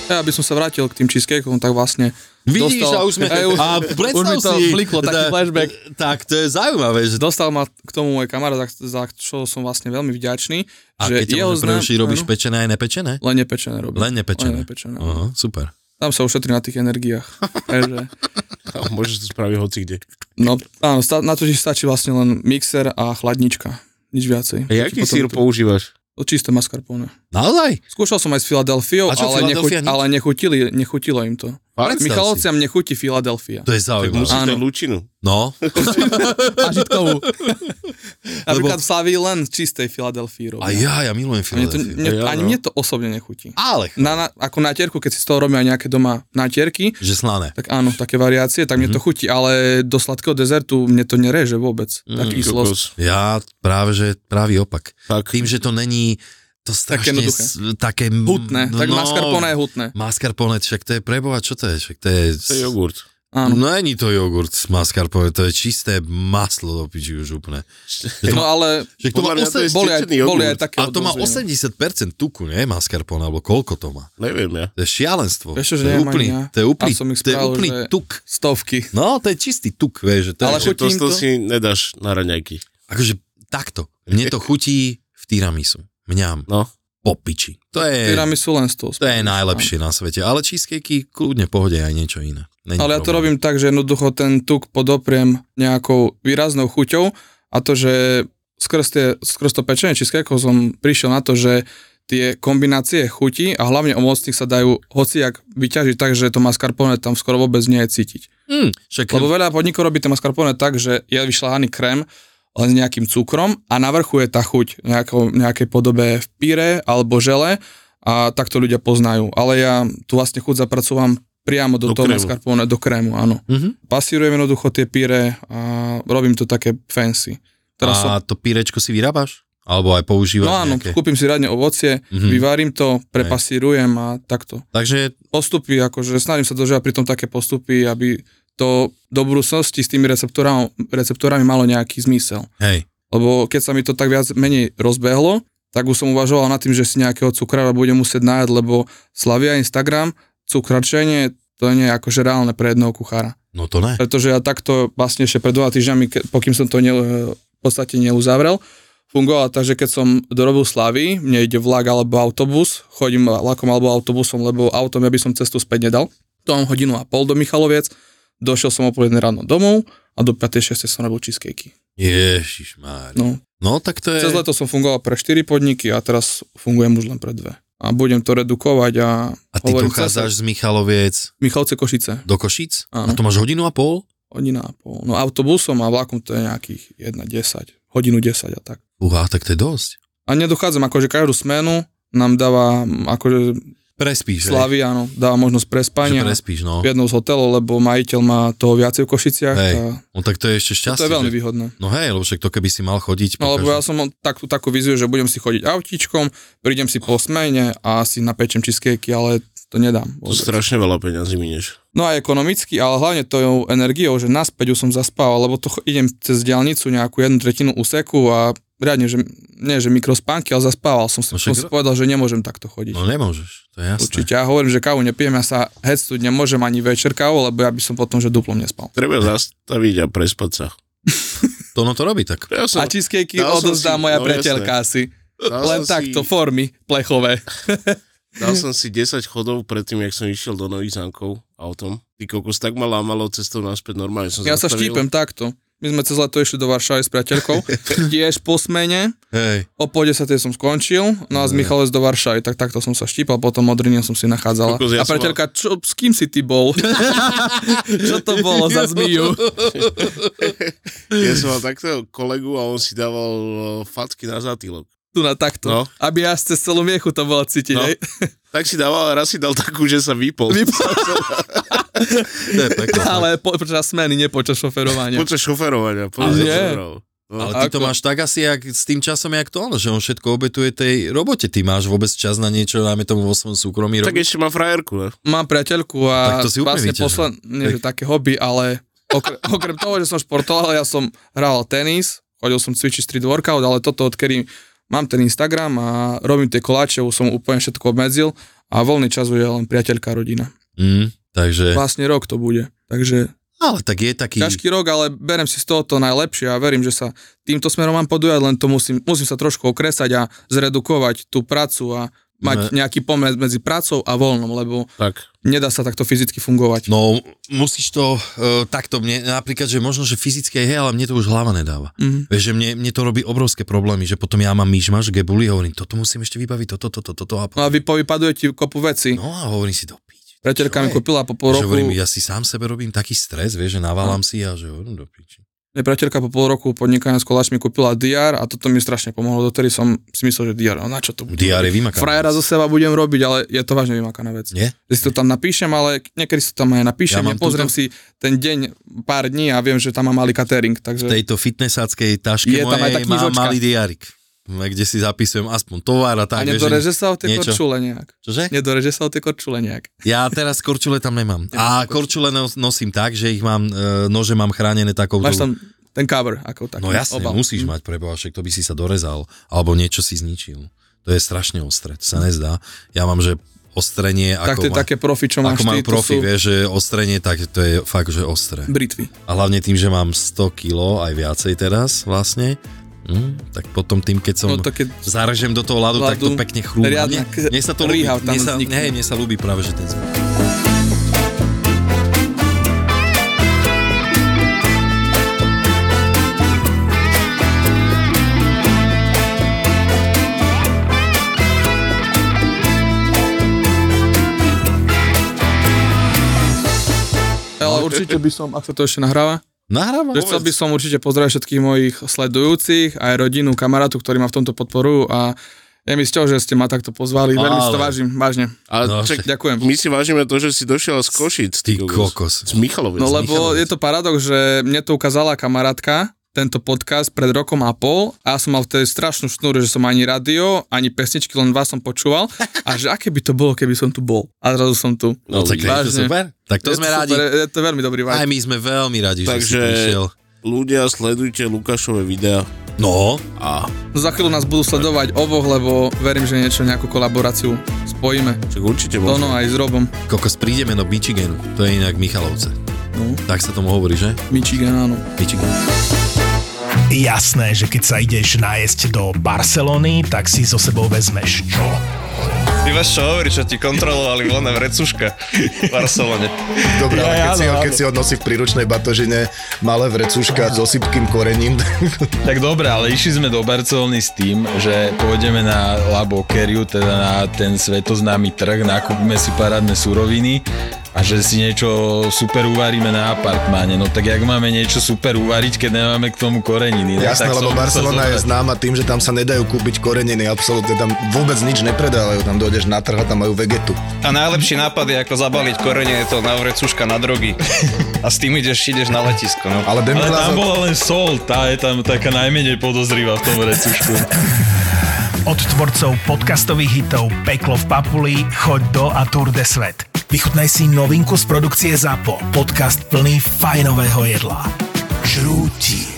[SPEAKER 3] Ja by som sa vrátil k tým cheesecakeom, tak vlastne
[SPEAKER 2] Vidíš, a
[SPEAKER 3] dostal,
[SPEAKER 2] už sme...
[SPEAKER 3] Ej, už,
[SPEAKER 2] a
[SPEAKER 3] už
[SPEAKER 2] predstav
[SPEAKER 3] mi to
[SPEAKER 2] si,
[SPEAKER 3] vliklo, taký
[SPEAKER 2] tá-
[SPEAKER 3] flashback.
[SPEAKER 2] Tak, to je zaujímavé, že
[SPEAKER 3] Dostal ma k tomu môj kamarát, za, za čo som vlastne veľmi vďačný.
[SPEAKER 2] A keď
[SPEAKER 3] že
[SPEAKER 2] ťa
[SPEAKER 3] jeho
[SPEAKER 2] môžem prerušiť,
[SPEAKER 3] znám-
[SPEAKER 2] robíš
[SPEAKER 3] áno.
[SPEAKER 2] pečené aj nepečené?
[SPEAKER 3] Len nepečené robím.
[SPEAKER 2] Len nepečené.
[SPEAKER 3] Len nepečené.
[SPEAKER 2] Aha, super.
[SPEAKER 3] Tam sa ušetrí na tých energiách. Takže,
[SPEAKER 4] môžeš to spraviť hoci kde.
[SPEAKER 3] no áno, sta- na to ti stačí vlastne len mixer a chladnička. Nič viacej.
[SPEAKER 4] A jaký
[SPEAKER 3] Potom
[SPEAKER 4] sír
[SPEAKER 3] to-
[SPEAKER 4] používaš?
[SPEAKER 3] Čisté mascarpone.
[SPEAKER 2] Naozaj?
[SPEAKER 3] Skúšal som aj s
[SPEAKER 2] A
[SPEAKER 3] Filadelfiou,
[SPEAKER 2] čo,
[SPEAKER 3] ale, nechu-
[SPEAKER 2] Filadelfia nič?
[SPEAKER 3] ale nechutili, nechutilo im to.
[SPEAKER 2] Predstav
[SPEAKER 4] Fakt?
[SPEAKER 2] si.
[SPEAKER 3] Michalovciam nechutí Filadelfia.
[SPEAKER 2] To je
[SPEAKER 4] Tak
[SPEAKER 2] zaujímavé.
[SPEAKER 4] musíš
[SPEAKER 3] Áno.
[SPEAKER 4] dať lúčinu.
[SPEAKER 2] No,
[SPEAKER 3] A žitkovú. Napríklad v Slavii len čistej Filadelfii
[SPEAKER 2] a
[SPEAKER 3] robia.
[SPEAKER 2] ja, ja milujem
[SPEAKER 3] Mne to,
[SPEAKER 2] Filadelfiu.
[SPEAKER 3] mne,
[SPEAKER 4] Ja,
[SPEAKER 3] ani
[SPEAKER 4] no.
[SPEAKER 3] mne to osobne nechutí.
[SPEAKER 2] Ale, ch-
[SPEAKER 3] Na, na, ako natierku, keď si z toho robia nejaké doma natierky,
[SPEAKER 2] že slané.
[SPEAKER 3] tak áno, také variácie, tak
[SPEAKER 2] Mhm.
[SPEAKER 3] mne to chutí, ale do sladkého dezertu mne to nereže vôbec.
[SPEAKER 2] Mhm.
[SPEAKER 3] Taký slosť.
[SPEAKER 4] Kokos.
[SPEAKER 2] Ja práve, že pravý opak.
[SPEAKER 4] Tak.
[SPEAKER 2] Tým, že to není to strašne...
[SPEAKER 3] jednoduché.
[SPEAKER 2] s- Také... m- no,
[SPEAKER 3] Hutné, tak mascarpone je hutné.
[SPEAKER 2] Mascarpone, však to je preboha, čo to je? Však to je...
[SPEAKER 4] To je jogurt.
[SPEAKER 3] Áno.
[SPEAKER 2] No není to jogurt s mascarpone, to je čisté maslo do piči už úplne. Že to
[SPEAKER 3] No
[SPEAKER 2] má,
[SPEAKER 3] ale
[SPEAKER 2] že to má
[SPEAKER 4] Podľa mňa to
[SPEAKER 2] osem-
[SPEAKER 4] je
[SPEAKER 3] boli aj,
[SPEAKER 4] stečený
[SPEAKER 3] boli aj
[SPEAKER 4] jogurt.
[SPEAKER 3] také
[SPEAKER 2] a to má
[SPEAKER 3] odozvy.
[SPEAKER 2] 80% tuku, nie? Mascarpone, alebo koľko to má?
[SPEAKER 4] Neviem ja.
[SPEAKER 2] To je šialenstvo.
[SPEAKER 3] Vieš čo, že
[SPEAKER 2] to, je
[SPEAKER 3] nemám
[SPEAKER 2] úplný,
[SPEAKER 3] ani ja.
[SPEAKER 2] to je úplný,
[SPEAKER 3] Tam som ich
[SPEAKER 2] to je
[SPEAKER 3] spravil,
[SPEAKER 2] úplný
[SPEAKER 3] že-
[SPEAKER 2] tuk.
[SPEAKER 3] Stovky.
[SPEAKER 2] No, to je čistý tuk, vieš, že to je,
[SPEAKER 3] Ale
[SPEAKER 2] že,
[SPEAKER 4] Že to,
[SPEAKER 3] Chutím
[SPEAKER 4] to
[SPEAKER 3] to.
[SPEAKER 4] si nedáš na raňajky.
[SPEAKER 2] akože takto. Mne to chutí v tiramisu. Mňam.
[SPEAKER 4] No.
[SPEAKER 2] Popiči. To je,
[SPEAKER 3] Tiramisu len 100.
[SPEAKER 2] Eh. to je najlepšie na svete. Ale cheesecakey kľudne pohode aj niečo iné. Není
[SPEAKER 3] Ale ja to
[SPEAKER 2] problém.
[SPEAKER 3] robím tak, že jednoducho ten tuk podopriem nejakou výraznou chuťou a to, že skrz, tie, skrz to pečenie či skeko som prišiel na to, že tie kombinácie chuti a hlavne omocných sa dajú hociak vyťažiť tak, že to mascarpone tam skoro vôbec nie je cítiť.
[SPEAKER 2] Hm, však,
[SPEAKER 3] Lebo veľa podnikov robí ten mascarpone tak, že je vyšľahaný krém len s nejakým cukrom a na vrchu je tá chuť nejakou, nejakej podobe v píre alebo žele a tak to ľudia poznajú. Ale ja tu vlastne chuť zapracovám priamo do,
[SPEAKER 4] Do
[SPEAKER 3] do toho
[SPEAKER 4] krému.
[SPEAKER 3] mascarpone, do krému, áno.
[SPEAKER 2] Mhm.
[SPEAKER 3] Pasírujem jednoducho tie píre a robím to také fancy. Teraz som,
[SPEAKER 2] A to pírečko si vyrábaš? Alebo aj používaš
[SPEAKER 3] no áno,
[SPEAKER 2] nejaké?
[SPEAKER 3] kúpim si radne ovocie,
[SPEAKER 2] Mhm.
[SPEAKER 3] vyvarím to, prepasírujem a takto.
[SPEAKER 2] Takže
[SPEAKER 3] postupy, akože snažím sa dožiavať pri tom také postupy, aby to do budúcnosti s tými receptorami, receptorami malo nejaký zmysel.
[SPEAKER 2] Hej,
[SPEAKER 3] Lebo keď sa mi to tak viac menej rozbehlo, tak už som uvažoval nad tým, že si nejakého cukrára budem musieť nájať, lebo Slavia Instagram, cukračenie, to nie je akože reálne pre jedného kuchára.
[SPEAKER 2] no to ne.
[SPEAKER 3] Pretože ja takto vlastne ešte pred dvoma týždňami, ke- pokým som to ne, e, v podstate neuzavrel, fungoval tak, že keď som dorobil Slavy, mne ide vlak alebo autobus, chodím vlakom alebo autobusom, lebo autom ja by som cestu späť nedal. To mám hodinu a pol do Michaloviec, došiel som o pol jednej ráno domov a do 5.6 som robil cheesecakey.
[SPEAKER 2] Ježiš Mária. No.
[SPEAKER 3] No,
[SPEAKER 2] tak to je...
[SPEAKER 3] cez leto som fungoval pre 4 podniky a teraz fungujem už len pre dve. A budem to redukovať a...
[SPEAKER 2] A ty
[SPEAKER 3] hovorím,
[SPEAKER 2] pochádzaš z Michaloviec
[SPEAKER 3] Michalce Košice,
[SPEAKER 2] do Košic? A
[SPEAKER 3] Áno.
[SPEAKER 2] to máš hodinu a pol?
[SPEAKER 3] hodina a pol. No autobusom a vlakom to je nejakých 1.10, hodinu 10 a tak.
[SPEAKER 2] Uha, tak to je dosť.
[SPEAKER 3] A nedochádzam, akože každú smenu nám dáva, mm, akože
[SPEAKER 2] Prespíš, hej?
[SPEAKER 3] Slavy, áno, dáva možnosť
[SPEAKER 2] Že
[SPEAKER 3] prespania
[SPEAKER 2] prespíš, no.
[SPEAKER 3] v jednom z hotelov, lebo majiteľ má toho viacej v Košiciach.
[SPEAKER 2] Hej,
[SPEAKER 3] a
[SPEAKER 2] No tak to je ešte
[SPEAKER 3] to
[SPEAKER 2] šťastie.
[SPEAKER 3] je veľmi
[SPEAKER 2] že...
[SPEAKER 3] výhodné.
[SPEAKER 2] No hej, lebo však to keby si mal chodiť... po
[SPEAKER 3] No lebo ja
[SPEAKER 2] každom-
[SPEAKER 3] som mal takú, takú víziu, že budem si chodiť autíčkom, prídem si po smene a si napečem cheesecakey, ale to nedám.
[SPEAKER 4] To strašne veľa peňazí minieš.
[SPEAKER 3] No a ekonomicky, ale hlavne tou energiou, že naspäť už som zaspával, lebo to cho- idem cez diálnicu nejakú jednu tretinu úseku a riadne, že nie, že mikrospánky, ale zaspával som si,
[SPEAKER 2] No však
[SPEAKER 3] som si
[SPEAKER 2] ro-
[SPEAKER 3] povedal, že nemôžem takto chodiť.
[SPEAKER 2] No nemôžeš, to je jasné.
[SPEAKER 3] Určite, ja hovorím, že kávu nepijem, ja sa hecnúť nemôžem ani večer kávu, lebo ja by som potom, že duplom nespal.
[SPEAKER 4] Treba zastaviť a prespať sa.
[SPEAKER 2] To ono to robí tak.
[SPEAKER 3] A
[SPEAKER 4] Ja som,
[SPEAKER 3] cheesecakey
[SPEAKER 4] dal som
[SPEAKER 3] odozdá
[SPEAKER 4] si-
[SPEAKER 3] moja
[SPEAKER 4] no
[SPEAKER 3] priateľka asi.
[SPEAKER 4] dal
[SPEAKER 3] Len
[SPEAKER 4] som
[SPEAKER 3] takto,
[SPEAKER 4] Si,
[SPEAKER 3] formy plechové.
[SPEAKER 4] dal som si 10 chodov predtým, jak som išiel do Nových zámkov autom. Ty kokos tak ma lámalo cestou naspäť normálne. Som
[SPEAKER 3] Ja sa
[SPEAKER 4] zastavil.
[SPEAKER 3] štípem takto. My sme cez leto išli do Varšavy s priateľkou, tiež po smene,
[SPEAKER 2] Hej.
[SPEAKER 3] O po 10 som skončil, no a z Michalovec do Varšavy, tak takto som sa štípal, potom Modrinem som si nachádzala.
[SPEAKER 4] Kokos,
[SPEAKER 3] a
[SPEAKER 4] ja som
[SPEAKER 3] priateľka, čo, s kým si ty bol? čo to bolo za zmiju?
[SPEAKER 4] Ja som mal takto kolegu a on si dával e, facky na zatýlok.
[SPEAKER 3] Tu na takto.
[SPEAKER 4] No.
[SPEAKER 3] Aby až cez celú miechu to bolo cítiť,
[SPEAKER 4] No.
[SPEAKER 3] hej?
[SPEAKER 4] Tak si dával a raz si dal takú, že sa vypol.
[SPEAKER 2] To je peklo. Ale,
[SPEAKER 3] Ale po, počas smeny, nie počas šoferovania.
[SPEAKER 4] Počas šoferovania. Počas
[SPEAKER 3] Ale nie.
[SPEAKER 4] šoferov. No.
[SPEAKER 2] ale ty to
[SPEAKER 3] Ako?
[SPEAKER 2] máš tak asi jak s tým časom, jak to ono, že on všetko obetuje tej robote. Ty máš vôbec čas na niečo, najmä tomu vo svojom súkromí
[SPEAKER 4] Tak
[SPEAKER 2] robiť.
[SPEAKER 4] ešte má frajerku, ne?
[SPEAKER 3] Mám priateľku
[SPEAKER 2] Tak
[SPEAKER 3] a
[SPEAKER 2] to si úplne
[SPEAKER 3] vlastne
[SPEAKER 2] vyťažil.
[SPEAKER 3] posledné, nie, že také hobby, ale okrem, okrem toho, že som športoval, ja som hral tenis, chodil som cvičiť street workout, ale toto, odkedy mám ten Instagram a robím tie koláče, už som úplne všetko obmedzil a voľný čas už je len priateľka a rodina.
[SPEAKER 2] Mm, takže...
[SPEAKER 3] Vlastne rok to bude. Takže
[SPEAKER 2] Ale tak je taký...
[SPEAKER 3] ťažký rok, ale berem si z toho to najlepšie a verím, že sa týmto smerom mám podujať, len to musím, musím sa trošku okresať a zredukovať tú prácu a mať
[SPEAKER 2] No.
[SPEAKER 3] nejaký pomer medzi prácou a voľnom, lebo
[SPEAKER 4] Tak.
[SPEAKER 3] nedá sa takto fyzicky fungovať.
[SPEAKER 2] No, musíš to e, takto, mne, napríklad, že možno, že fyzické je, ale mne to už hlava nedáva.
[SPEAKER 3] Mhm.
[SPEAKER 2] Vieš, že mne, mne to robí obrovské problémy, že potom ja mám myšmaš, gebuli, hovorím, toto musím ešte vybaviť, toto, toto, toto a
[SPEAKER 3] No
[SPEAKER 2] potom,
[SPEAKER 3] a vy povypaduje ti kopu veci.
[SPEAKER 2] no a hovorím si, do piče. piči.
[SPEAKER 3] Priateľka
[SPEAKER 2] No, Čo
[SPEAKER 3] mi
[SPEAKER 2] je?
[SPEAKER 3] kúpila po pol
[SPEAKER 2] Že
[SPEAKER 3] roku, No.
[SPEAKER 2] hovorím, ja si sám sebe robím taký stres, vieš, že naválam si a že hovorím do piči.
[SPEAKER 3] ja. priateľka po pol roku podnikania s koláč mi kúpila DR a toto mi strašne pomohlo, dotedy som si myslel, že DR, no na čo to bude?
[SPEAKER 2] Diáre vymakané.
[SPEAKER 3] Frajera zo seba budem robiť, ale je to vážne vymakaná vec.
[SPEAKER 2] Nie?
[SPEAKER 3] Že si to tam napíšem, ale niekedy si to tam aj napíšem,
[SPEAKER 2] Ja
[SPEAKER 3] ja
[SPEAKER 2] mám
[SPEAKER 3] pozriem
[SPEAKER 2] túto-
[SPEAKER 3] si ten deň pár dní a viem, že tam mám malý catering,
[SPEAKER 2] V
[SPEAKER 3] takže...
[SPEAKER 2] tejto fitnessáckej taške
[SPEAKER 3] Je
[SPEAKER 2] je
[SPEAKER 3] tam aj tá
[SPEAKER 2] mojej mám
[SPEAKER 3] knižočka.
[SPEAKER 2] malý diárik, kde si zapisujem aspoň tovar a
[SPEAKER 3] A
[SPEAKER 2] tak. vieš, že-
[SPEAKER 3] nedoreže sa o tie
[SPEAKER 2] niečo.
[SPEAKER 3] korčule nejak.
[SPEAKER 2] Čože?
[SPEAKER 3] Nedoreže sa o tie korčule nejak.
[SPEAKER 2] Ja teraz korčule tam nemám. A korčule nos- nosím tak, že ich mám, e, nože mám chránené takou...
[SPEAKER 3] Máš tam Mhm. ten cover, ako taký.
[SPEAKER 2] No jasne,
[SPEAKER 3] obal.
[SPEAKER 2] musíš mať preboha, však to by si sa dorezal, alebo niečo si zničil. To je strašne ostré, to sa nezdá. Ja mám, že ostrenie,
[SPEAKER 3] Tak to
[SPEAKER 2] ako,
[SPEAKER 3] je
[SPEAKER 2] má,
[SPEAKER 3] také profi, čo máš
[SPEAKER 2] ako majú
[SPEAKER 3] ty, to
[SPEAKER 2] profi,
[SPEAKER 3] sú
[SPEAKER 2] vieš, že ostrenie, tak to je fakt, že ostré.
[SPEAKER 3] britvy.
[SPEAKER 2] A hlavne tým, že mám 100 kg, aj viacej teraz vlastne, hm, tak potom tým, keď som...
[SPEAKER 3] No to keď
[SPEAKER 2] Zarežem do toho ľadu, tak to
[SPEAKER 3] Ľadu.
[SPEAKER 2] pekne chrúma.
[SPEAKER 3] Riadna
[SPEAKER 2] Mne, mne sa to ľúbi.
[SPEAKER 3] rýhav tam
[SPEAKER 2] Mne sa,
[SPEAKER 3] vznikne.
[SPEAKER 2] hej, mne sa ľúbi práve, že ten zvuk.
[SPEAKER 3] Ale No, určite by som, ak sa to ešte nahráva,
[SPEAKER 2] Nahrávam.
[SPEAKER 3] že chcel by som určite pozdraviť všetkých mojich sledujúcich, aj rodinu, kamarátu, ktorí ma v tomto podporujú a je mi z toho, že ste ma takto pozvali. Veľmi si to
[SPEAKER 2] Ale-
[SPEAKER 3] vážim, vážne.
[SPEAKER 4] Ale
[SPEAKER 2] No,
[SPEAKER 4] čak,
[SPEAKER 3] Ďakujem.
[SPEAKER 4] my si vážime to, že si došiel z Košic.
[SPEAKER 2] Ty
[SPEAKER 4] kokos.
[SPEAKER 2] kokos.
[SPEAKER 4] Z Michalovec.
[SPEAKER 3] No lebo je to paradox, že mne to ukázala kamarátka, tento podcast pred rokom a pol a ja som mal vtedy strašnú šnúru, že som ani rádio, ani pesničky, len vás som počúval a že aké by to bolo, keby som tu bol. A zrazu som tu.
[SPEAKER 2] No tak je to
[SPEAKER 3] Vážne.
[SPEAKER 2] super. Tak to
[SPEAKER 3] Je
[SPEAKER 2] sme
[SPEAKER 3] super,
[SPEAKER 2] rádi.
[SPEAKER 3] Je to veľmi dobrý vibe.
[SPEAKER 2] Aj my sme veľmi radi, že si
[SPEAKER 4] Takže-
[SPEAKER 2] prišiel.
[SPEAKER 4] Ľudia, sledujte Lukášové videá
[SPEAKER 2] No,
[SPEAKER 4] a
[SPEAKER 3] No za chvíľu nás budú sledovať oboch, lebo verím, že niečo, nejakú kolaboráciu spojíme.
[SPEAKER 4] čak určite možno.
[SPEAKER 3] Tono aj s Robom.
[SPEAKER 2] kokos prídeme do Michiganu. To je inak Michalovce.
[SPEAKER 3] No,
[SPEAKER 2] Tak sa tomu hovorí, že?
[SPEAKER 3] Michigan, áno.
[SPEAKER 2] Michigan.
[SPEAKER 5] Jasné, že keď sa ideš nájsť do Barcelony, tak si so sebou vezmeš čo?
[SPEAKER 6] Ty máš čo hovoriť, čo ti kontrolovali voľné vrecuška v Barcelone.
[SPEAKER 7] Dobre, ale keď, si ho, keď si ho nosí v príručnej batožine malé vrecuška s osypkým korením,
[SPEAKER 8] Tak dobre, ale išli sme do Barcelony s tým, že pôjdeme na Labokeriu, teda na ten svetoznámy trh, nakúpime si parádne suroviny a že si niečo super uvaríme na apartmáne. No tak jak máme niečo super uvariť, keď nemáme k tomu koreniny? ne?
[SPEAKER 7] jasné,
[SPEAKER 8] tak
[SPEAKER 7] lebo
[SPEAKER 8] som musel
[SPEAKER 7] Barcelona je
[SPEAKER 8] zobrať.
[SPEAKER 7] známa tým, že tam sa nedajú kúpiť koreniny, absolútne tam vôbec nič nepredávajú, tam dojdeš na trh a tam majú vegetu.
[SPEAKER 6] A najlepší nápad je ako zabaliť korene to na vrecuška na drogy. A s tým ideš, ideš na letisko. No.
[SPEAKER 7] Ale
[SPEAKER 8] Ale tam
[SPEAKER 7] Demiglázov,
[SPEAKER 8] bola len sol, tá je tam taká najmenej podozrivá v tom no. recušku.
[SPEAKER 5] Od tvorcov podcastových hitov Peklo v Papuli, Choď do a Tour de Svet. Vychutnaj si novinku z produkcie ZAPO. Podcast plný fajnového jedla. Žrúti.